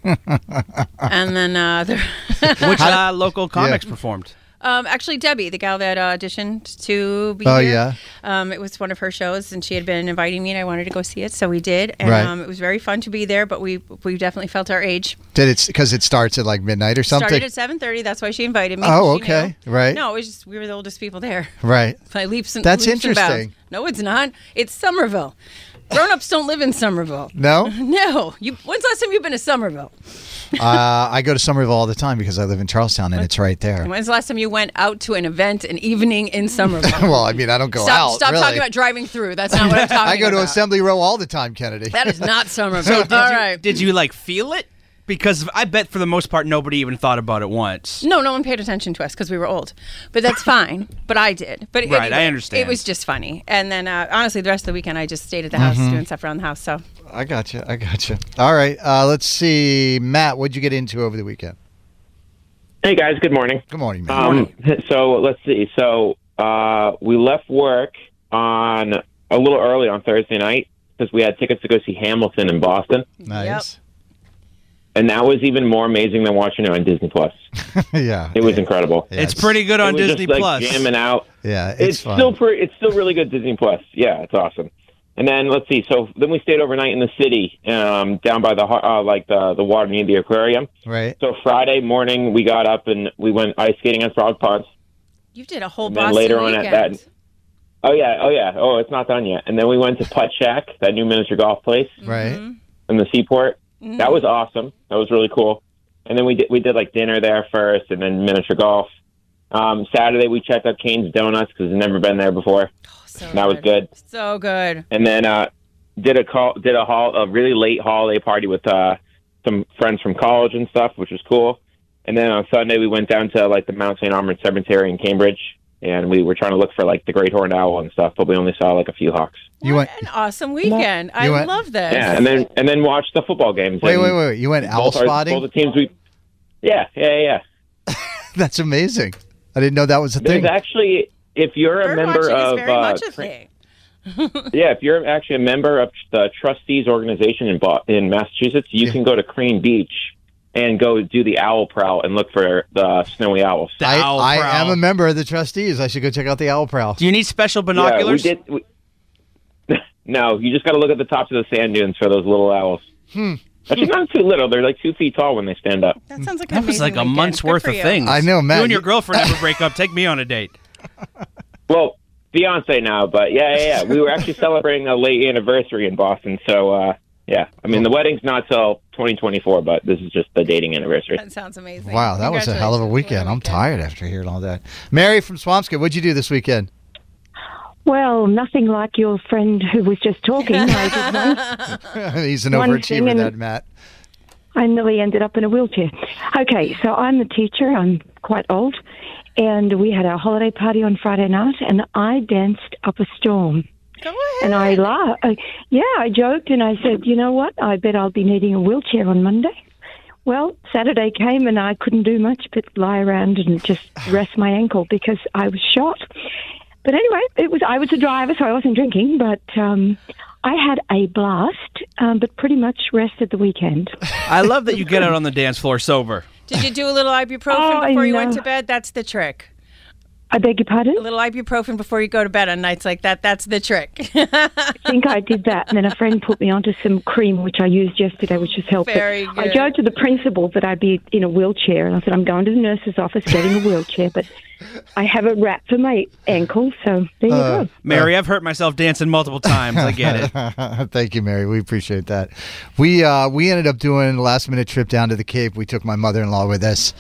L: and then uh, there,
F: Which uh, local comics
K: Yeah.
F: performed?
L: Um, actually, Debbie, the gal that uh, auditioned to be
F: Oh,
L: here,
F: yeah.
L: um, it was one of her shows, and she had been inviting me, and I wanted to go see it, so we did, and
K: Right.
L: um, it was very fun to be there. But we we definitely felt our age.
K: Did it because it starts at like midnight or something?
L: Started at seven thirty. That's why she invited me. she
K: Oh,
L: knew.
K: okay. Right.
L: No, it was just we were the oldest people there.
K: Right.
L: By leaps and
K: That's
L: leaps and bounds.
K: interesting.
L: no, it's not. It's Somerville. Grown-ups don't live in Somerville.
K: No?
L: No. You. When's the last time you've been to Somerville?
K: uh, I go to Somerville all the time because I live in Charlestown and it's right there.
L: And when's the last time you went out to an event, an evening in Somerville?
K: well, I mean, I don't go
L: stop
K: out.
L: stop
K: really.
L: talking about driving through. That's not what I'm talking
K: I go to
L: about.
K: Assembly Row all the time, Kennedy.
L: That is not Somerville.
F: So did,
L: All
F: you,
L: right.
F: did you like feel it? Because I bet for the most part nobody even thought about it once.
L: No, no one paid attention to us because we were old, but that's fine. but I did. But
F: Right, I
L: anyway,
F: understand.
L: It was just funny. And then uh, honestly, the rest of the weekend I just stayed at the house
K: Mhm.
L: doing stuff around the house. So
K: I got you. I got you. All right. Uh, let's see, Matt. What'd you get into over the weekend?
R: Hey guys, good morning.
K: Good morning. Matt.
R: Um, so let's see. So uh, we left work on a little early on Thursday night because we had tickets to go see Hamilton in Boston,
K: Nice.
R: and that was even more amazing than watching it on Disney Plus.
K: yeah,
R: it was incredible.
F: It's pretty good on
R: it was just,
F: Disney
R: like,
F: Plus.
R: Jamming out.
K: Yeah,
R: It's, still pretty. It's still really good Disney Plus. Yeah, it's awesome. And then let's see. So then we stayed overnight in the city, um, down by the har- uh, like the the water near the aquarium.
K: Right.
R: So Friday morning we got up and we went ice skating at Frog Ponds.
L: You did a whole
R: And
L: Boston
R: then later on
L: weekend.
R: at that. Oh yeah, oh yeah, oh it's not done yet. And then we went to Putt Shack, that new miniature golf place Mm-hmm.
K: Right.
R: in the Seaport.
K: Mhm.
R: That was awesome. That was really cool. And then we did we did like dinner there first, and then miniature golf. Um, Saturday we checked out Kane's Donuts because I've never been there before. And that was good.
L: So good.
R: And then uh, did a call did a hall a really late holiday party with uh, some friends from college and stuff, which was cool. And then on Sunday we went down to like the Mount St. Armored Cemetery in Cambridge, and we were trying to look for like the great horned owl and stuff, but we only saw like a few hawks.
K: You went.
L: An awesome weekend. I
R: You went-
L: love this.
R: Yeah, and then and then watched the football games.
K: Wait,
R: and
K: wait, wait, wait. You went
R: both
K: owl
R: our-
K: spotting?
R: Both the teams we. Yeah, yeah, yeah, yeah.
K: That's amazing. I didn't know that was a
R: There's
K: thing.
R: actually, if you're a member
L: Watching
R: of,
L: is very
R: uh,
L: much a
R: tra-
L: thing.
R: yeah, if you're actually a member of the trustees organization in Bo- in Massachusetts, you can go to Crane Beach and go do the owl prowl and look for the snowy owls.
K: I, I am a member of the trustees. I should go check out the owl prowl.
F: Do you need special
R: binoculars? did- no, you just got to look at the tops of the sand dunes for those little owls.
K: Hmm.
R: Actually, not too little. They're like two feet tall when they stand up.
L: That sounds like
F: That was like a month's worth of things.
K: I know, Matt,
F: You and your
K: you-
F: girlfriend never break up. Take me on a date.
R: Well, fiance now, but yeah, yeah, yeah. We were actually celebrating a late anniversary in Boston, so uh, yeah. I mean, the wedding's not till 2024, but this is just the dating anniversary.
L: That sounds amazing.
K: Wow, that was a hell of a weekend. I'm tired after hearing all that. Mary from Swampscott, what'd you do this weekend?
C: Well, nothing like your friend who was just talking. I, did once.
K: He's an
C: One thing
K: overachiever,
C: and-
K: that Matt.
C: I nearly ended up in a wheelchair. Okay, so I'm a teacher. I'm quite old. And we had our holiday party on Friday night, and I danced up a storm. And I laughed. I, yeah, I joked and I said, you know what? I bet I'll be needing a wheelchair on Monday. Well, Saturday came and I couldn't do much but lie around and just rest my ankle because I was shot. But anyway, it was I was a driver, so I wasn't drinking. But um, I had a blast, um, but pretty much rested the weekend.
F: I love that you get out on the dance floor sober.
L: Did you do a little ibuprofen
C: Oh, I
L: before you went
C: know.
L: to bed? That's the trick.
C: I beg your pardon.
L: A little ibuprofen before you go to bed on nights like that. That's the trick.
C: I think I did that, and then a friend put me onto some cream which I used yesterday, which has helped. But
L: Very good.
C: I joked to the principal that I'd be in a wheelchair, and I said I'm going to the nurse's office getting a wheelchair, but I have a wrap for my ankle, so there you
K: Uh,
F: Uh,
C: go.
F: Mary, I've hurt myself dancing multiple times. I get it.
K: Thank you, Mary. We appreciate that. We uh, we ended up doing a last minute trip down to the Cape. We took my mother in law with us,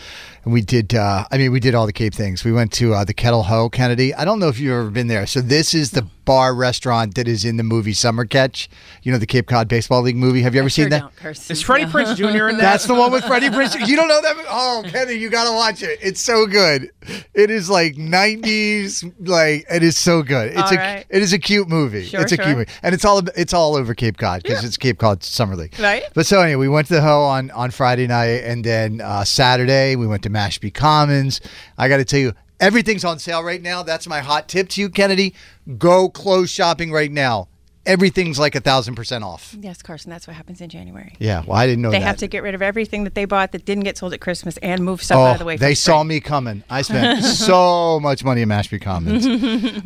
K: and we did. Uh, I mean, we did all the Cape things. We went to uh, the Kettle Ho, Kennedy. I don't know if you've ever been there. So this is the bar restaurant that is in the movie Summer Catch. You know the Cape Cod Baseball League movie. Have you ever seen that?
F: Is Freddie Prince Jr. in that?
K: That's the one with Freddie Prince. You don't know that? mo- Oh, Kenny, you gotta watch it. It's so good. It is like '90s, like it is so good. It's
C: All
K: a
C: right.
K: it is a cute movie.
C: Sure,
K: it's a
C: sure.
K: cute movie, and it's all it's all over Cape Cod because it's Cape Cod Summer League.
C: Right.
K: But so anyway, we went to the Ho on on Friday night, and then uh, Saturday we went to Mashpee Commons. I got to tell you. Everything's on sale right now. That's my hot tip to you, Kennedy. Go clothes shopping right now. Everything's like a thousand percent off.
L: yes, Carson, that's what happens in January.
K: Yeah, well, I didn't know
L: they
K: that.
L: have to get rid of everything that they bought that didn't get sold at Christmas and move stuff out of the way. for
K: Oh, They
L: spring.
K: saw me coming. I spent so much money in Mashpee Commons.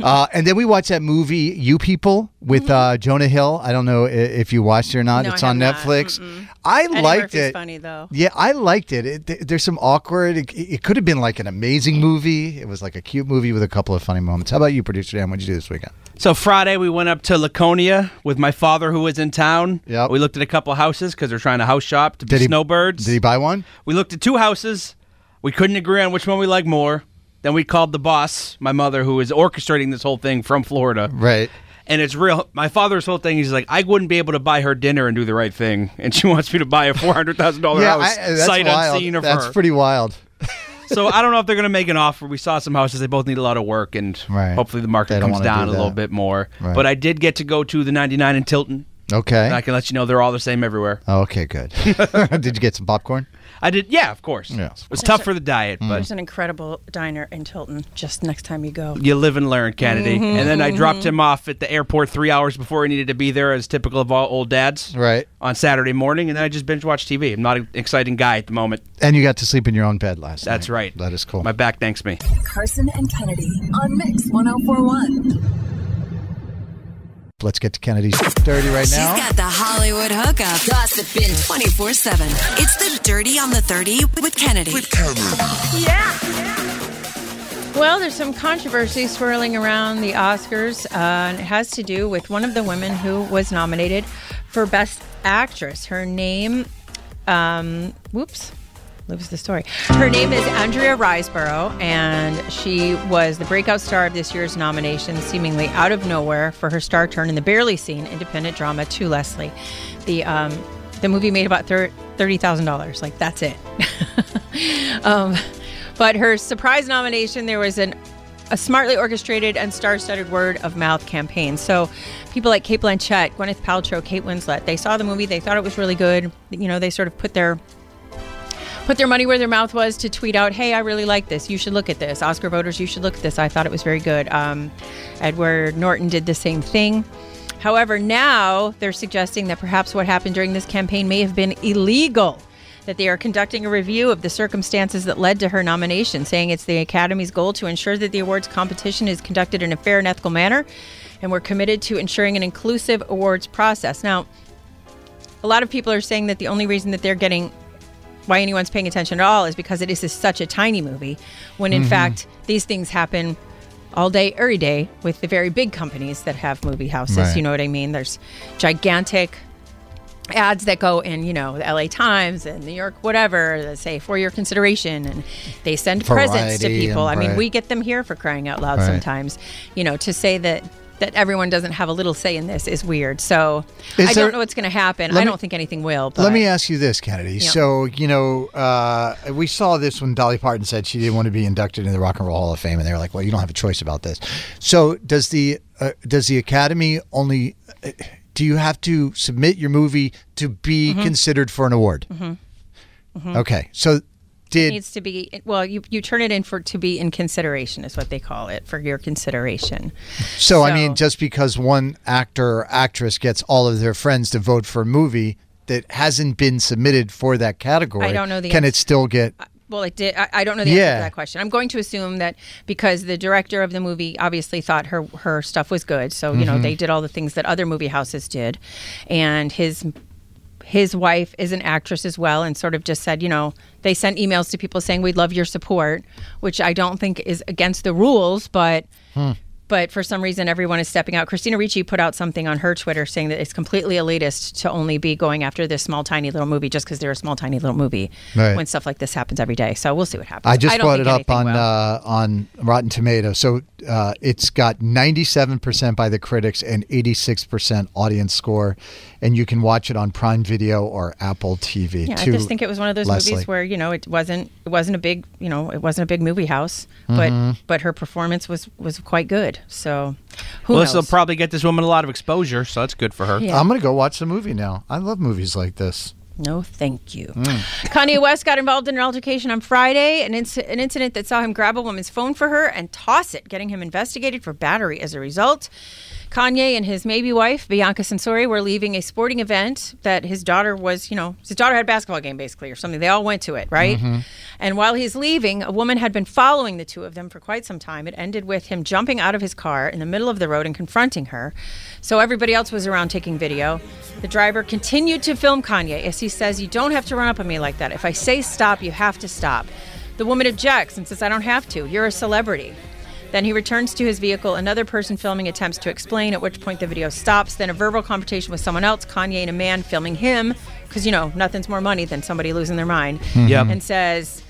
K: uh, and then we watched that movie, You People, with uh, Jonah Hill. I don't know i- if you watched it or not.
L: Mm-hmm. No, I
K: it's on
L: have not.
K: Netflix. I
L: Eddie
K: liked
L: Murphy's
K: it.
L: funny, though.
K: Yeah, I liked it. it th- there's some awkward. It, it could have been like an amazing movie. It was like a cute movie with a couple of funny moments. How about you, producer Dan? What'd you do this weekend?
F: So Friday we went up to Laconia with my father who was in town. Yeah. We looked at a couple houses because they're trying to house shop to
K: Did
F: be
K: he-
F: snowbirds.
K: Did he buy one?
F: We looked at two houses. We couldn't agree on which one we liked more. Then we called the boss, my mother, who is orchestrating this whole thing from Florida.
K: Right.
F: And it's real. My father's whole thing. He's like, I wouldn't be able to buy her dinner and do the right thing, and she wants me to buy a four hundred thousand dollars
K: yeah,
F: house,
K: I- uh, that's
F: sight
K: wild.
F: unseen of
K: That's
F: her.
K: pretty wild.
F: so I don't know if they're going to make an offer. We saw some houses. They both need a lot of work, and
K: Right.
F: hopefully the
K: They
F: market
K: don't
F: comes
K: wanna
F: down
K: do
F: a little
K: that.
F: bit more.
K: Right.
F: But I did get to go to the 99 in Tilton.
K: Okay. Oh,
F: And I can let you know they're all the same everywhere.
K: Okay, good. Did you get some popcorn?
F: I did, yeah, of course.
K: Yeah. Mm-hmm.
F: It was tough for the
K: Mm.
F: diet,
L: There's
F: but
L: an incredible diner in Tilton just next time you go.
F: you live and learn, Kennedy.
L: Mhm,
F: And then I dropped
L: mhm.
F: him off at the airport three hours before he needed to be there, as typical of all old dads.
K: Right.
F: On Saturday morning, and then I just binge watched TV. I'm not an exciting guy at the moment.
K: And you got to sleep in your own bed last night.
F: That's right.
K: That is cool.
F: My back thanks me.
M: oh
A: Carson and Kennedy on Mix 1041.
K: Let's get to Kennedy's dirty right now.
A: She's got the Hollywood hookup. Gossiping 24 7. It's the Dirty on the 30 with Kennedy. With Kennedy.
L: Well, there's some controversy swirling around the Oscars, uh, and it has to do with one of the women who was nominated for Best Actress. Her name, um, whoops, lose the story. Her name is Andrea Riseborough, and she was the breakout star of this year's nomination, seemingly out of nowhere for her star turn in the barely seen independent drama To Leslie. The um, the movie made about thir- thirty thousand dollars. Like that's it. um, but her surprise nomination, there was an a smartly orchestrated and star-studded word-of-mouth campaign. So, people like Kate Blanchett, Gwyneth Paltrow, Kate Winslet, they saw the movie, they thought it was really good. You know, they sort of put their put their money where their mouth was to tweet out, "Hey, I really like this. You should look at this. Oscar voters, you should look at this. I thought it was very good." Um, Edward Norton did the same thing. However, now they're suggesting that perhaps what happened during this campaign may have been illegal. That they are conducting a review of the circumstances that led to her nomination, saying it's the Academy's goal to ensure that the awards competition is conducted in a fair and ethical manner, and we're committed to ensuring an inclusive awards process. Now, a lot of people are saying that the only reason that they're getting why anyone's paying attention at all is because it is just such a tiny movie when in
G: Mhm.
L: fact these things happen all day every day with the very big companies that have movie houses
G: Right.
L: you know what i mean there's gigantic ads that go in you know the la times and new york whatever that say for your consideration and they send presents to
V: Variety
L: people i
V: and-
L: mean
V: right.
L: we get them here for crying out loud
V: Right.
L: sometimes you know to say that that everyone doesn't have a little say in this is weird so
K: Is
L: i
K: there-
L: don't know what's going to happen
K: Let
L: i
K: me-
L: don't think anything will but
K: Let me ask you this, Kennedy.
L: Yeah.
K: So, you know, uh, we saw this when Dolly Parton said she didn't want to be inducted into the Rock and Roll Hall of Fame, and they were like, "Well, you don't have a choice about this." So, does the uh, does the Academy only uh, do you have to submit your movie to be
L: Mhm.
K: considered for an award?
L: Mhm. Mhm.
K: Okay, so
L: it
K: did
L: needs to be well you, you turn it in for to be in consideration is what they call it for your consideration
K: so, I mean, just because one actor or actress gets all of their friends to vote for a movie that hasn't been submitted for that category,
L: I don't know the
K: can it
L: ans-
K: still get?
L: well it did i, I don't know the answer
K: Yeah.
L: to that question i'm going to assume that because the director of the movie obviously thought her her stuff was good so you
K: Mm-hmm.
L: know
V: Mhm.
L: they did all the things that other movie houses did and his his wife is an actress as well and sort of just said you know they sent emails to people saying we'd love your support which i don't think is against the rules but but for some reason everyone is stepping out. Christina Ricci put out something on her Twitter saying that it's completely elitist to only be going after this small tiny little movie just because they're a small tiny little movie
K: Right.
L: when stuff like this happens every day. So we'll see what happens.
K: I just
L: don't
K: brought
L: think
K: it up
L: anything
K: on
L: will.
K: uh, on Rotten Tomatoes. So uh, it's got 97% by the critics and 86% audience score, and you can watch it on Prime Video or Apple TV.
L: Yeah, I
K: too,
L: just think it was one of those
K: Leslie.
L: movies where, you know, it wasn't it wasn't a big, you know, it wasn't a big movie house, but
F: Mhm.
K: Mm-hmm.
L: but her performance was was quite good. So who
F: Well,
L: knows?
F: this will probably get this woman a lot of exposure, so that's good for her.
L: Yeah.
K: I'm gonna go watch the movie now. I love movies like this. Mm.
L: No, thank you. Kanye West got involved in an altercation on Friday, an, inc- an incident that saw him grab a woman's phone for her and toss it, getting him investigated for battery as a result. Kanye and his maybe wife, Bianca Sensori, were leaving a sporting event that his daughter was, you know, his daughter had a basketball game basically or something. They all went to it, right?
V: Mhm.
L: Mm-hmm. And while he's leaving, a woman had been following the two of them for quite some time. It ended with him jumping out of his car in the middle of the road and confronting her. So everybody else was around taking video. The driver continued to film Kanye as he says, You don't have to run up on me like that. If I say stop, you have to stop. The woman objects and says, I don't have to. You're a celebrity. Then he returns to his vehicle. Another person filming attempts to explain, at which point the video stops. Then a verbal confrontation with someone else, Kanye and a man filming him, because, you know, nothing's more money than somebody losing their mind.
K: Mm-hmm.
V: Mhm. Yep.
L: And says,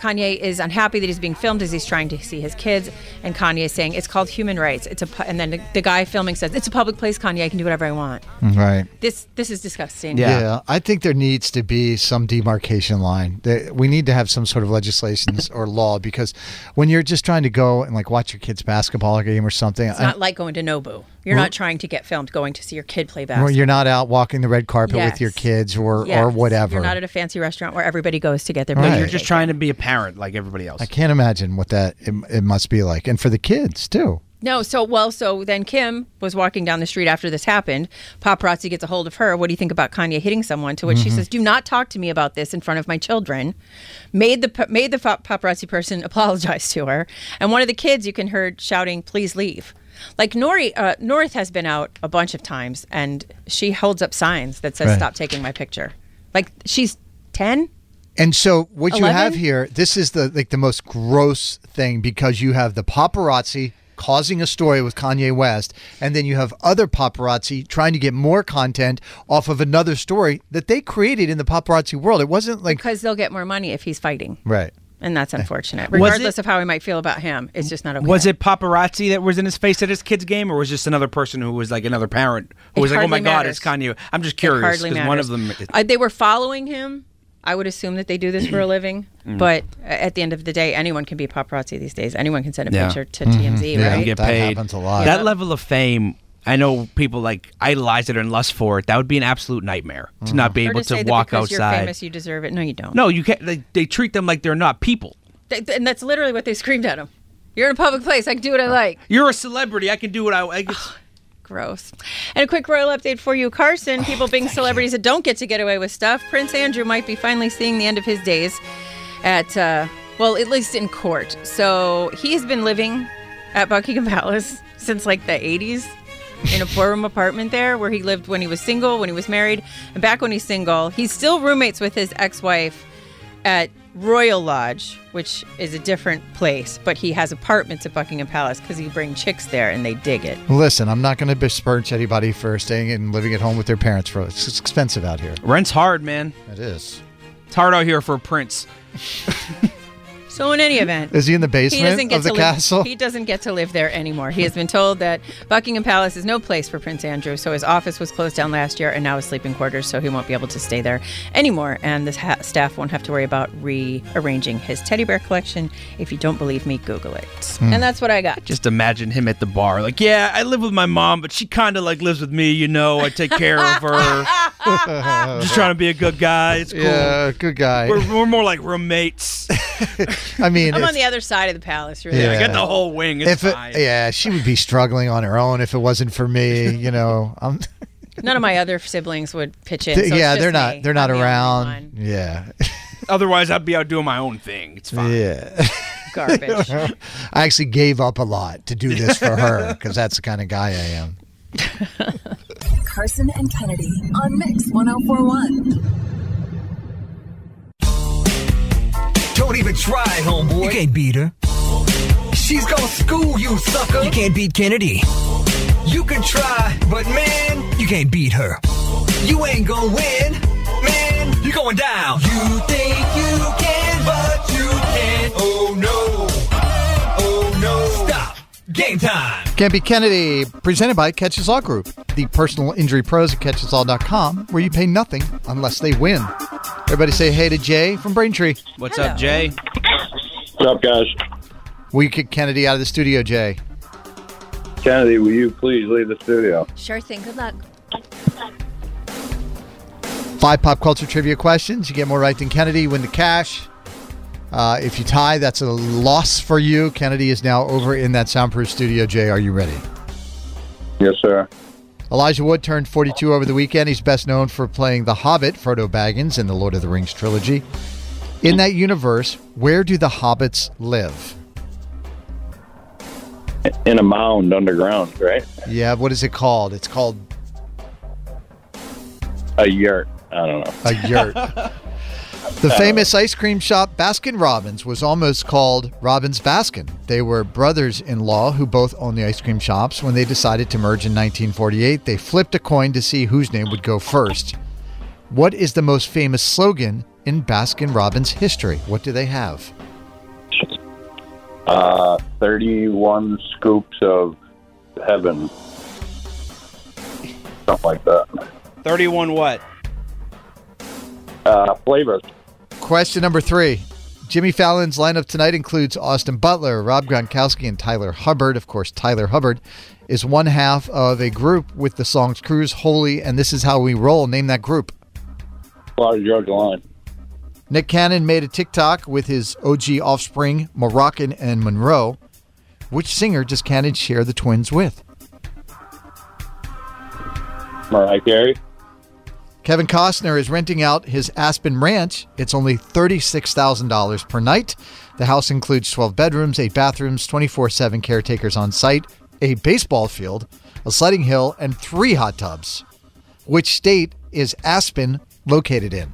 L: Kanye is unhappy that he's being filmed as he's trying to see his kids, and Kanye is saying it's called human rights. It's a pu-" and then the, the guy filming says it's a public place, Kanye. I can do whatever I want.
K: Right.
L: This this is disgusting.
K: Yeah. I think there needs to be some demarcation line. That- We need to have some sort of legislations or law because when you're just trying to go and like watch your kids' basketball game or something,
L: It's
K: I-
L: not like going to Nobu. You're
K: Well-
L: not trying to get filmed going to see your kid play
K: Well,
L: basketball.
K: you're not out walking the red carpet with your
L: Yes.
K: kids or
L: Yes.
K: or whatever.
L: You're not at a fancy restaurant where everybody goes to get their.
K: No,
L: baby
K: you're
L: cake.
K: just
F: Trying to be a parent like everybody else.
K: I can't imagine what that it, it must be like, and for the kids too.
L: No, so well, so then Kim was walking down the street after this happened. Paparazzi gets a hold of her. What do you think about Kanye hitting someone? To which she
K: Mm-hmm.
V: Mhm.
L: says, "Do not talk to me about this in front of my children." Made the pa- made the fa- paparazzi person apologize to her, and one of the kids you can heard shouting, "Please leave." Like Nori uh, North has been out a bunch of times, and she holds up signs that says
K: Right.
L: "Stop taking my picture." Like she's ten.
K: And so what you have
L: 11?
K: here, this is the like the most gross thing because you have the paparazzi causing a story with Kanye West, and then you have other paparazzi trying to get more content off of another story that they created in the paparazzi world. It wasn't like
L: because they'll get more money if he's fighting,
K: right.
L: and that's unfortunate.
F: Was it-
L: Regardless of how we might feel about him, it's just not okay.
F: Was it paparazzi that was in his face at his kid's game, or was it just another person who was like another parent
L: It
F: who was like, "Oh my
L: hardly
F: God, it's Kanye"? I'm just
L: It
F: curious
L: hardly
F: because one of
L: matters.
F: them.
L: Uh, they were following him. I would assume that they do this for a living,
F: Mm.
L: but uh, at the end of the day, anyone can be paparazzi these days. Anyone can send a
F: Yeah. Mm-hmm.
L: picture to TMZ,
F: Yeah,
L: right?
F: you get paid. That level of fame, I know people like idolize it and lust for it. That would be an absolute nightmare to not be
L: Or
F: able
L: just say
F: to
L: that
F: walk
L: because
F: outside.
L: You're famous, you deserve it. No, you don't.
F: No, you can't. They, they treat them like they're not people.
L: Th- th- and that's literally what they screamed at him. You're in a public place. I can do what I like.
F: You're a celebrity. I can do what I. I
L: Gross. And a quick royal update for you, Carson. People being celebrities that don't get to get away with stuff. Prince Andrew might be finally seeing the end of his days at, uh, well, at least in court. So he's been living at Buckingham Palace since like the 80s in a four room apartment there where he lived when he was single, when he was married, and back when he's single. He's still roommates with his ex wife at Royal Lodge, which is a different place, but he has apartments at Buckingham Palace because you bring chicks there and they dig it.
K: Listen, I'm not going to besmirch anybody for staying and living at home with their parents for it's it's expensive out here.
F: Rent's hard, man.
K: It is.
F: It's hard out here for a prince.
L: So in any event,
K: Is he in the
L: he doesn't
K: basement
L: get
K: of the
L: to
K: castle?
L: Live, he doesn't get to live there anymore. He has been told that Buckingham Palace is no place for Prince Andrew, so his office was closed down last year and now is sleeping quarters, so he won't be able to stay there anymore. And the ha- staff won't have to worry about rearranging his teddy bear collection. If you don't believe me, Google it.
F: Hmm.
L: And that's what I got.
F: Just imagine him at the bar, like, yeah, I live with my mom, but she kind of like lives with me, you know. I take care of her.
L: Ah!
F: I'm just trying to be a good guy. It's cool.
K: Yeah, good guy.
F: We're, we're more like roommates.
K: I mean,
L: I'm
K: if-
L: on the other side of the palace, really.
K: Yeah.
F: I got the whole wing. It's
K: if it,
F: fine.
K: yeah, she would be struggling on her own if it wasn't for me. You know, I'm.
L: None of my other siblings would pitch in.
K: Th-
L: so it's
K: yeah,
L: just
K: they're not.
L: me.
K: They're not
L: I'm the only one.
K: around. Yeah,
F: Otherwise, I'd be out doing my own thing. It's fine.
K: yeah.
L: Garbage.
K: I actually gave up a lot to do this for her because that's the kind of guy I am.
A: Carson and Kennedy on Mix 1041.
U: Don't even try, homeboy. You can't beat her. She's gonna school you, sucker. You can't beat Kennedy. You can try, but man, you can't beat her. You ain't gonna win, man. You're going down. You think you can, but you can't. Oh no. Oh no. Stop. Game time.
K: Campy Kennedy, presented by Catches Law Group, the personal injury pros at CatchesLaw.com, where you pay nothing unless they win. Everybody say hey to Jay from Braintree.
F: What's up, Jay?
G: What up, guys?
K: Will you kick Kennedy out of the studio, Jay?
G: Kennedy, will you please leave the studio?
L: Sure thing. Good luck.
K: Five pop culture trivia questions. You get more right than Kennedy, you win the cash. Uh, if you tie, that's a loss for you. Kennedy is now over in that soundproof studio. Jay, are you ready?
G: Yes, sir.
K: Elijah Wood turned 42 over the weekend. He's best known for playing the Hobbit, Frodo Baggins, in the Lord of the Rings trilogy. In that universe, where do the hobbits live?
G: In a mound underground, right?
K: Yeah, what is it called? It's called
G: A yurt. I don't know.
K: a yurt. The famous ice cream shop Baskin Robbins was almost called Robbins Baskin. They were brothers in law who both owned the ice cream shops. When they decided to merge in 1948, they flipped a coin to see whose name would go first. What is the most famous slogan in Baskin Robbins history? What do they have?
G: Uh, 31 scoops of heaven. Something like that.
F: 31 what?
G: Uh, flavors.
K: Question number three. Jimmy Fallon's lineup tonight includes Austin Butler, Rob Gronkowski, and Tyler Hubbard. Of course, Tyler Hubbard is one half of a group with the songs Cruise, Holy, and This Is How We Roll. Name that group.
G: Florida Georgia Line.
K: Nick Cannon made a TikTok with his OG offspring, Moroccan and Monroe. Which singer does Cannon share the twins with?
G: Mariah Carey.
K: Kevin Costner is renting out his Aspen Ranch. It's only $36,000 per night. The house includes 12 bedrooms, 8 bathrooms, 24 7 caretakers on site. a baseball field, a sledding hill, and three hot tubs. Which state is Aspen located in?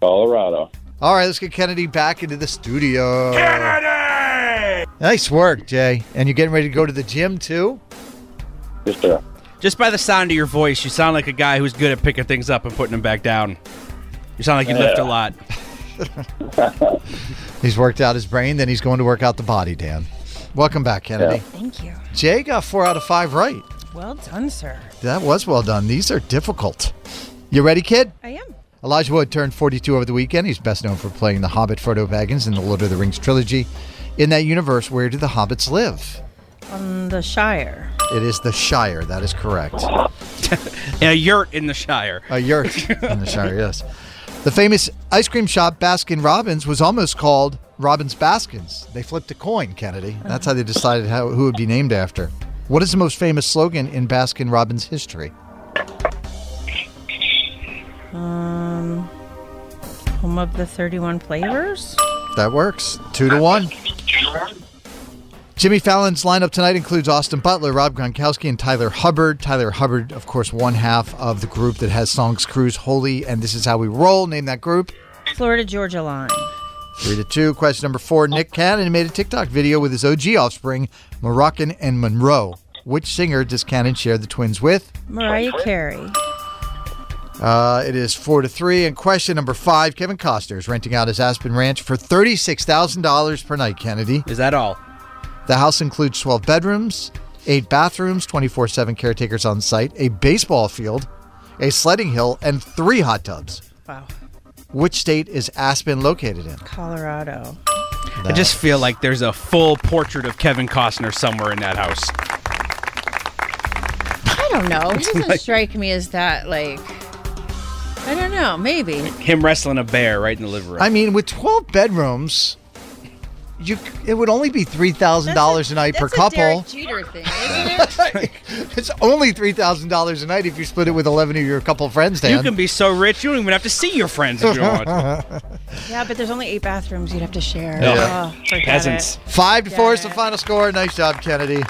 G: Colorado.
K: All right, let's get Kennedy back into the studio. Kennedy! Nice work, Jay. And you're getting ready to go to the gym too?
G: Yes, sir.
F: Just by the sound of your voice, you sound like a guy who's good at picking things up and putting them back down. You sound like you lift a
K: Yeah.
F: lot.
K: He's worked out his brain, then he's going to work out the body, Dan. Welcome back, Kennedy.
L: Thank you.
K: Jay got four out of five right.
L: Well done, sir.
K: That was well done. These are difficult. You ready, kid?
L: I am.
K: Elijah Wood turned 42 over the weekend. He's best known for playing the Hobbit Frodo Baggins in the Lord of the Rings trilogy. In that universe, where do the hobbits live?
L: On the Shire.
K: It is the Shire. That is correct.
F: In a yurt in the Shire.
K: A yurt in the Shire, yes. The famous ice cream shop Baskin Robbins was almost called Robbins Baskins. They flipped a coin, Kennedy. That's how they decided how, who it would be named after. What is the most famous slogan in Baskin Robbins history?
L: Um, home of the 31 flavors?
K: That works. Two to one. Jimmy Fallon's lineup tonight includes Austin Butler, Rob Gronkowski, and Tyler Hubbard. Tyler Hubbard, of course, one half of the group that has songs Cruise, Holy, and This Is How We Roll. Name that group.
L: Florida Georgia line.
K: Three to two. Question number four. Nick Cannon made a TikTok video with his OG offspring, Moroccan and Monroe. Which singer does Cannon share the twins with?
L: Mariah Carey.
K: Uh, it is four to three. And question number five. Kevin Costner is renting out his Aspen Ranch for thirty-six thousand dollars per night. Kennedy,
F: is that all?
K: The house includes twelve bedrooms, eight bathrooms, twenty-four-seven caretakers on site, a baseball field, a sledding hill, and three hot tubs.
L: Wow.
K: Which state is Aspen located in?
L: Colorado.
F: I just feel like there's a full portrait of Kevin Costner somewhere in that house.
L: I don't know. He doesn't
F: Like-
L: strike me as that, like, I don't know. Maybe.
F: Him wrestling a bear right in the liver.
K: I mean, with 12 bedrooms, you c- it would only be $3,000 a night per couple.
L: Jeter thing.
K: it's only $3,000 a night if you split it with 11 of your couple friends, Dan.
F: you can be so rich you don't even have to see your friends if you don't want.
L: Yeah, but there's only eight bathrooms you'd have to share.
K: Yeah.
L: Oh, forget
F: Peasants.
L: it.
K: Five to
L: Forget
K: four is the final score. Nice job, Kennedy.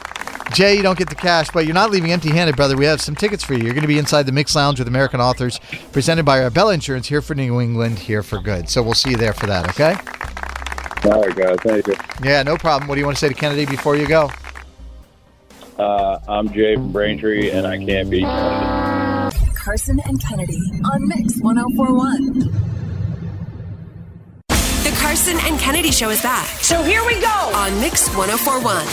K: Jay, you don't get the cash, but you're not leaving empty handed, brother. We have some tickets for you. You're going to be inside the Mix Lounge with American authors, presented by Arbella Insurance, here for New England, here for good. So we'll see you there for that, okay?
G: All right, guys. Thank you.
K: Yeah, no problem. What do you want to say to Kennedy before you go?
G: Uh, I'm Jay from Braintree, and I can't beat.
A: Carson and Kennedy on Mix 1041. The Carson and Kennedy show is back. So here we go on Mix 1041.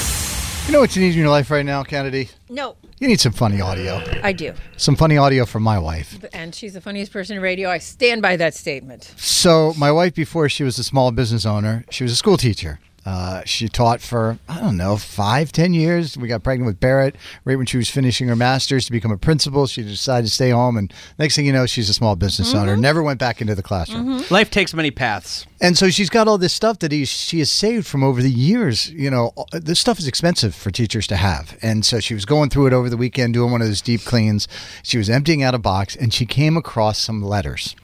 K: You know what you need in your life right now, Kennedy?
L: No,
K: You need some funny audio.
L: I do.
K: Some funny audio from my wife.
L: And she's the funniest person in radio. I stand by that statement.
K: So, my wife, before she was a small business owner, she was a school teacher. Uh, she taught for, I don't know, five, ten years. We got pregnant with Barrett right when she was finishing her master's to become a principal. She decided to stay home. And next thing you know, she's a small business owner. Never went back into the classroom.
D: Mm-hmm.
F: Life takes many paths.
K: And so she's got all this stuff that he, she has saved from over the years. You know, uh, this stuff is expensive for teachers to have. And so she was going through it over the weekend, doing one of those deep cleans. She was emptying out a box and she came across some letters.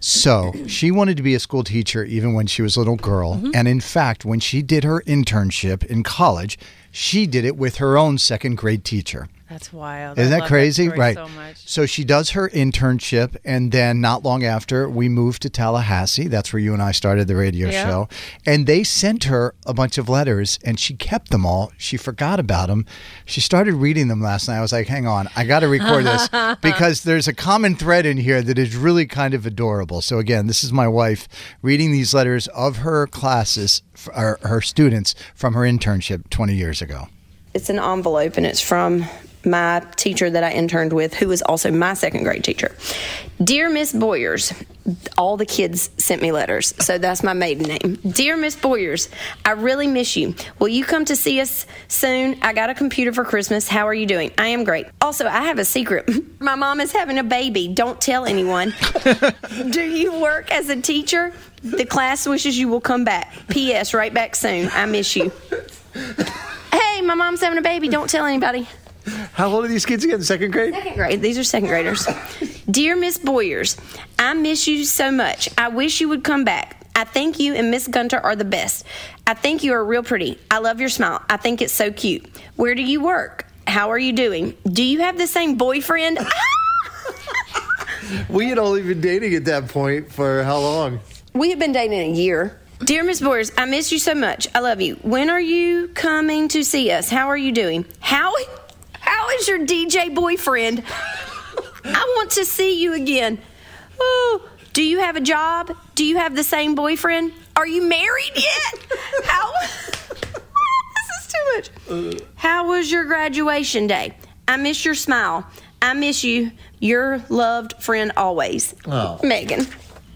K: So she wanted to be a school teacher even when she was a little girl. And in fact, when she did her internship in college, she did it with her own second grade teacher.
L: That's wild. I
K: Isn't
L: love
K: that crazy?
L: story
K: right.
L: So much.
K: So she does her internship, and then not long after, we moved to Tallahassee. That's where you and I started the radio
L: Yeah.
K: show. And they sent her a bunch of letters, and she kept them all. She forgot about them. She started reading them last night. I was like, hang on, I got to record this because there's a common thread in here that is really kind of adorable. So, again, this is my wife reading these letters of her classes, or her students from her internship 20 years ago.
H: It's an envelope and it's from my teacher that I interned with, who was also my second grade teacher. Dear Miss Boyers, all the kids sent me letters, so that's my maiden name. Dear Miss Boyers, I really miss you. Will you come to see us soon? I got a computer for Christmas. How are you doing? I am great. Also, I have a secret. My mom is having a baby. Don't tell anyone. Do you work as a teacher? The class wishes you will come back. P.S. Right back soon. I miss you. Hey, my mom's having a baby. Don't tell anybody.
V: How old are these kids again? Second grade?
H: Second grade. These are second graders. Dear Miss Boyers, I miss you so much. I wish you would come back. I think you and Miss Gunter are the best. I think you are real pretty. I love your smile. I think it's so cute. Where do you work? How are you doing? Do you have the same boyfriend? Ah!
V: We had only been dating at that point for how long?
H: We have been dating a year. Dear Miss Boers, I miss you so much. I love you. When are you coming to see us? How are you doing? How how is your DJ boyfriend? I want to see you again. Oh, do you have a job? Do you have the same boyfriend? Are you married yet? How This is too much. How was your graduation day? I miss your smile. I miss you. Your loved friend always.
M: Oh.
H: Megan.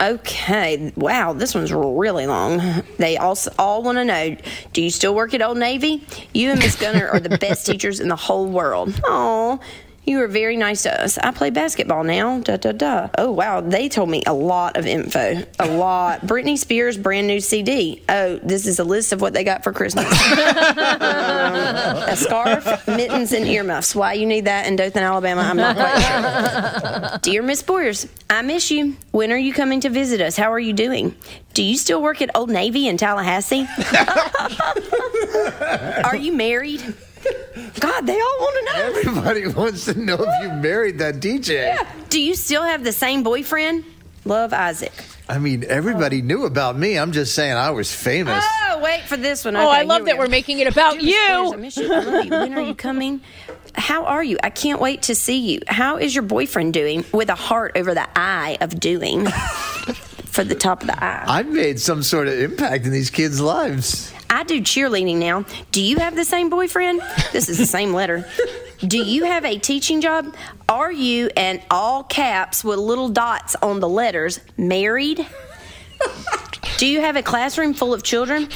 H: Okay. Wow, this one's really long. They also all want to know, do you still work at Old Navy? You and Miss Gunner are the best teachers in the whole world. Oh, you are very nice to us. I play basketball now. Da da da. Oh wow, they told me a lot of info. A lot. Britney Spears brand new CD. Oh, this is a list of what they got for Christmas. a scarf, mittens, and earmuffs. Why you need that in Dothan, Alabama, I'm not quite sure. Dear Miss Boyers, I miss you. When are you coming to visit us? How are you doing? Do you still work at Old Navy in Tallahassee? are you married? God, they all want to know.
V: Everybody wants to know if you married that DJ.
H: Do you still have the same boyfriend? Love Isaac.
V: I mean, everybody knew about me. I'm just saying I was famous.
H: Oh, wait for this one.
D: Oh, I love that we're
H: making it about
D: you.
H: I miss you. I love you. When are you coming? How are you? I can't wait to see you. How is your boyfriend doing? With a heart over the eye of doing for the top of the eye.
V: I made some sort of impact in these kids' lives.
H: I do cheerleading now. Do you have the same boyfriend? This is the same letter. Do you have a teaching job? Are you, and all caps with little dots on the letters, married? Do you have a classroom full of children?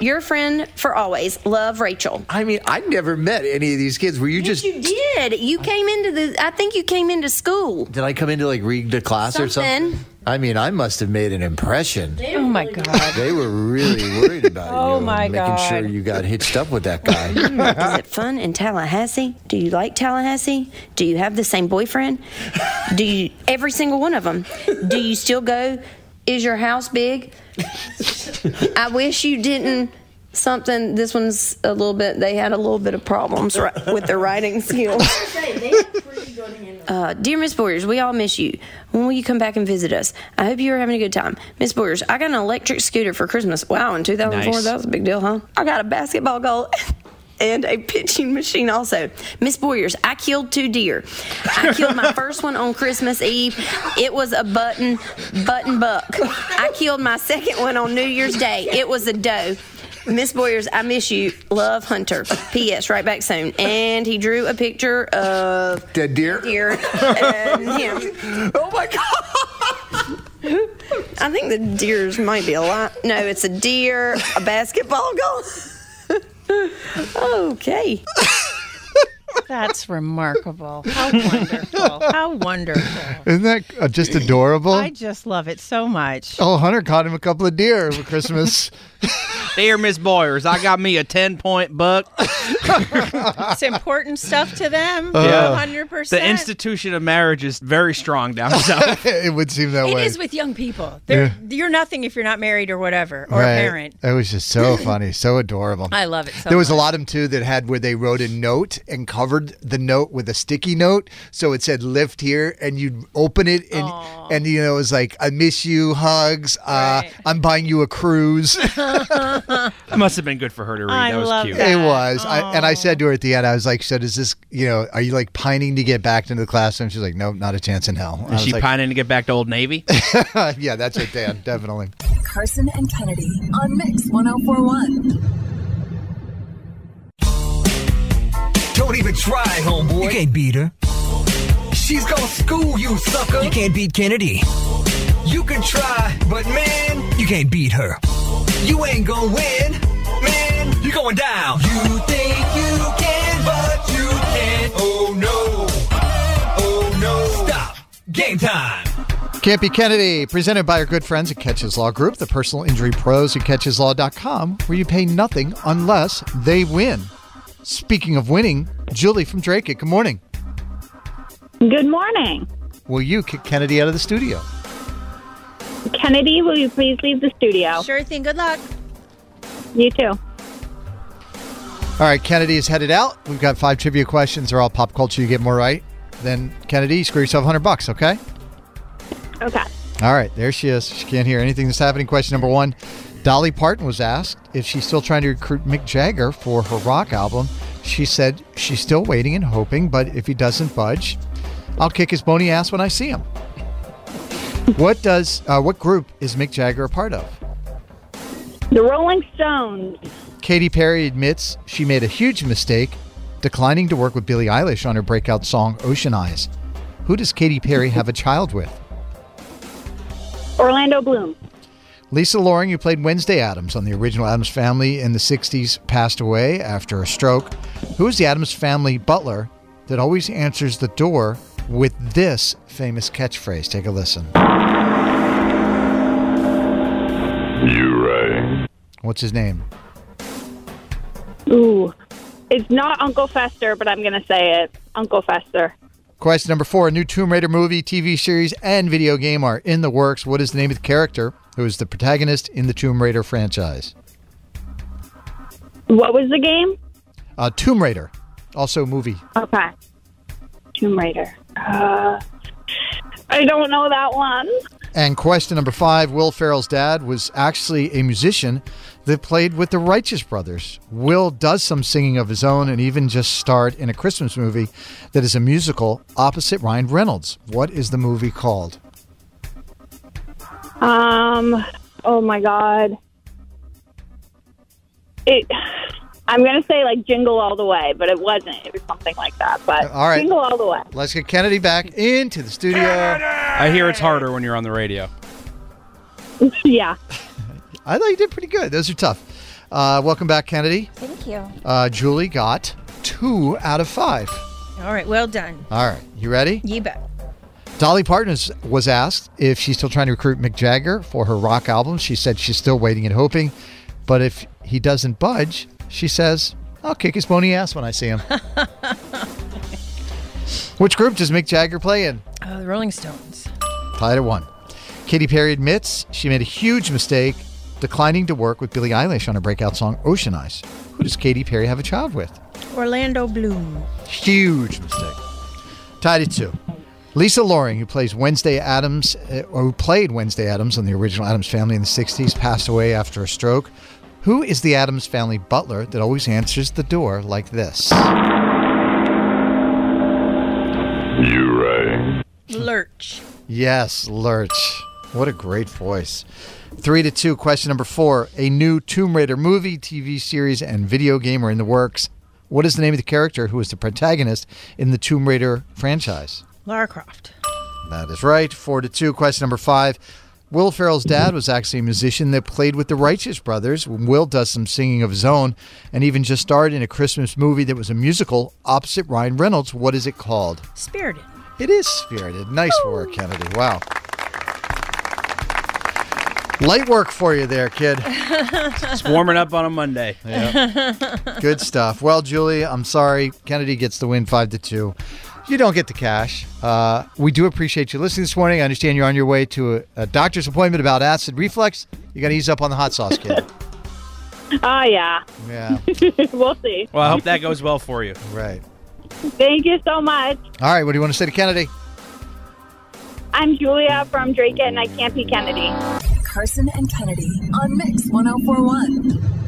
H: Your friend for always. Love, Rachel.
V: I mean, I never met any of these kids. Were you just?
H: You did. You came into the, I think you came into school.
V: Did I come into like read the class or something?
H: Something.
V: I mean, I must have made an impression.
D: Oh my God.
V: They were really worried about you.
H: Oh,
V: and
H: my
V: making sure
H: God.
V: you got hitched up with that guy.
H: Hmm, is it fun in Tallahassee? Do you like Tallahassee? Do you have the same boyfriend? Do you every single one of them? Do you still go? Is your house big? I wish you didn't. Something. This one's a little bit. They had a little bit of problems ri- with their writing skills. Uh, dear Miss Boyers, we all miss you. When will you come back and visit us? I hope you are having a good time. Miss Boyers, I got an electric scooter for Christmas. Wow, in 2004,
M: Nice.
H: that was a big deal, huh? I got a basketball goal and a pitching machine also. Miss Boyers, I killed two deer. I killed my first one on Christmas Eve. It was a button, button buck. I killed my second one on New Year's Day. It was a doe. Miss Boyers, I miss you. Love Hunter. P.S. Right back soon. And he drew a picture of
V: Dead deer.
H: deer and him.
V: Oh my god!
H: I think the deers might be a lot. No, it's a deer, a basketball goal. okay.
D: That's remarkable. How wonderful. How wonderful.
K: Isn't that uh, just adorable?
D: I just love it so much.
K: oh, Hunter caught him a couple of deer for Christmas.
F: Dear Miss Boyers, I got me a ten point buck.
D: It's important stuff to them. hundred percent.
F: Uh, The institution of marriage is very strong down south.
K: it would seem that
D: It is with young people. They're, You're nothing if you're not married or whatever, or a parent.
K: It was just so funny, so adorable.
D: I love it so
K: there was a
D: much.
K: lot of them too that had where they wrote a note and covered the note with a sticky note, so it said "lift here," and you'd open it and and you know it was like "I miss you," hugs. Uh, I'm buying you a cruise.
F: That must have been good for her to read. that was cute.
K: It was. I, and I said to her at the end, I was like, "So does this? You know, are you like pining to get back into the classroom?" She's like, "Nope, not a chance in hell." I
F: Is
K: was
F: she
K: like,
F: pining to get back to Old Navy?
K: yeah, that's it, Dan. Definitely.
A: Carson and Kennedy on Mix 1041.
U: Don't even try, homeboy. You can't beat her. She's gonna school you, sucker. You can't beat Kennedy. You can try, but man, you can't beat her. You ain't gonna win, man. You're going down. You think you can, but you can't. Oh no. Oh no. Stop. Game time.
K: Campy Kennedy, presented by our good friends at Catches Law Group, the personal injury pros at catcheslaw.com, where you pay nothing unless they win. Speaking of winning, Julie from Drake, good morning.
I: Good morning.
K: Will you kick Kennedy out of the studio?
E: Kennedy, will you please leave the studio?
D: Sure thing. Good luck.
E: You too.
K: All right, Kennedy is headed out. We've got five trivia questions. They're all pop culture. You get more right, then Kennedy, screw yourself 100 bucks, okay?
E: Okay.
K: All right, there she is. She can't hear anything that's happening. Question number one Dolly Parton was asked if she's still trying to recruit Mick Jagger for her rock album. She said she's still waiting and hoping, but if he doesn't budge, I'll kick his bony ass when I see him. What does uh, what group is Mick Jagger a part of?
E: The Rolling Stones.
K: Katy Perry admits she made a huge mistake declining to work with Billie Eilish on her breakout song Ocean Eyes. Who does Katy Perry have a child with?
E: Orlando Bloom.
K: Lisa Loring, who played Wednesday Adams on the original Adams Family in the 60s, passed away after a stroke. Who is the Adams Family butler that always answers the door with this famous catchphrase? Take a listen.
G: You rang.
K: What's his name?
E: Ooh. It's not Uncle Fester, but I'm going to say it. Uncle Fester.
K: Question number four: A new Tomb Raider movie, TV series, and video game are in the works. What is the name of the character who is the protagonist in the Tomb Raider franchise?
E: What was the game?
K: Uh, Tomb Raider, also a movie.
E: Okay. Tomb Raider. Uh, I don't know that one.
K: And question number five: Will Ferrell's dad was actually a musician that played with the Righteous Brothers. Will does some singing of his own and even just starred in a Christmas movie that is a musical opposite Ryan Reynolds. What is the movie called?
E: Um. Oh my God. It. I'm going to say like Jingle All the Way, but it wasn't. It was something like that. But
K: All right.
E: Jingle All the Way.
K: Let's get Kennedy back into the studio.
F: I hear it's harder when you're on the radio.
E: yeah.
K: I thought you did pretty good. Those are tough. Uh, welcome back, Kennedy.
D: Thank you.
K: Uh, Julie got two out of five.
D: All right. Well done.
K: All right, you ready?
D: You bet.
K: Dolly Parton is- was asked if she's still trying to recruit Mick Jagger for her rock album. She said she's still waiting and hoping, but if he doesn't budge, she says, "I'll kick his bony ass when I see him." Which group does Mick Jagger play in?
D: Uh, the Rolling Stones.
K: Tied at one. Katy Perry admits she made a huge mistake declining to work with Billie Eilish on her breakout song "Ocean Eyes." Who does Katy Perry have a child with?
D: Orlando Bloom.
K: Huge mistake. Tied at two. Lisa Loring, who plays Wednesday Adams, uh, or who played Wednesday Adams on the original Adams Family in the '60s, passed away after a stroke. Who is the Adams Family butler that always answers the door like this?
G: You rang.
D: Lurch.
K: Yes, Lurch. What a great voice. Three to two. Question number four. A new Tomb Raider movie, TV series, and video game are in the works. What is the name of the character who is the protagonist in the Tomb Raider franchise?
D: Lara Croft.
K: That is right. Four to two. Question number five. Will Ferrell's dad was actually a musician that played with the Righteous Brothers. Will does some singing of his own and even just starred in a Christmas movie that was a musical opposite Ryan Reynolds. What is it called?
D: Spirited.
K: It is spirited. Nice work, Kennedy. Wow. Light work for you there, kid.
F: It's warming up on a Monday.
K: Good stuff. Well, Julie, I'm sorry. Kennedy gets the win five to two. You don't get the cash. Uh, we do appreciate you listening this morning. I understand you're on your way to a, a doctor's appointment about acid reflux. You got to ease up on the hot sauce, kid.
E: Oh, yeah.
K: yeah.
E: we'll see.
F: Well, I hope that goes well for you.
K: Right.
E: Thank you so much.
K: All right. What do you want to say to Kennedy?
E: I'm Julia from Drake and I Can't Be Kennedy.
A: oh Carson and Kennedy on Mix 1041.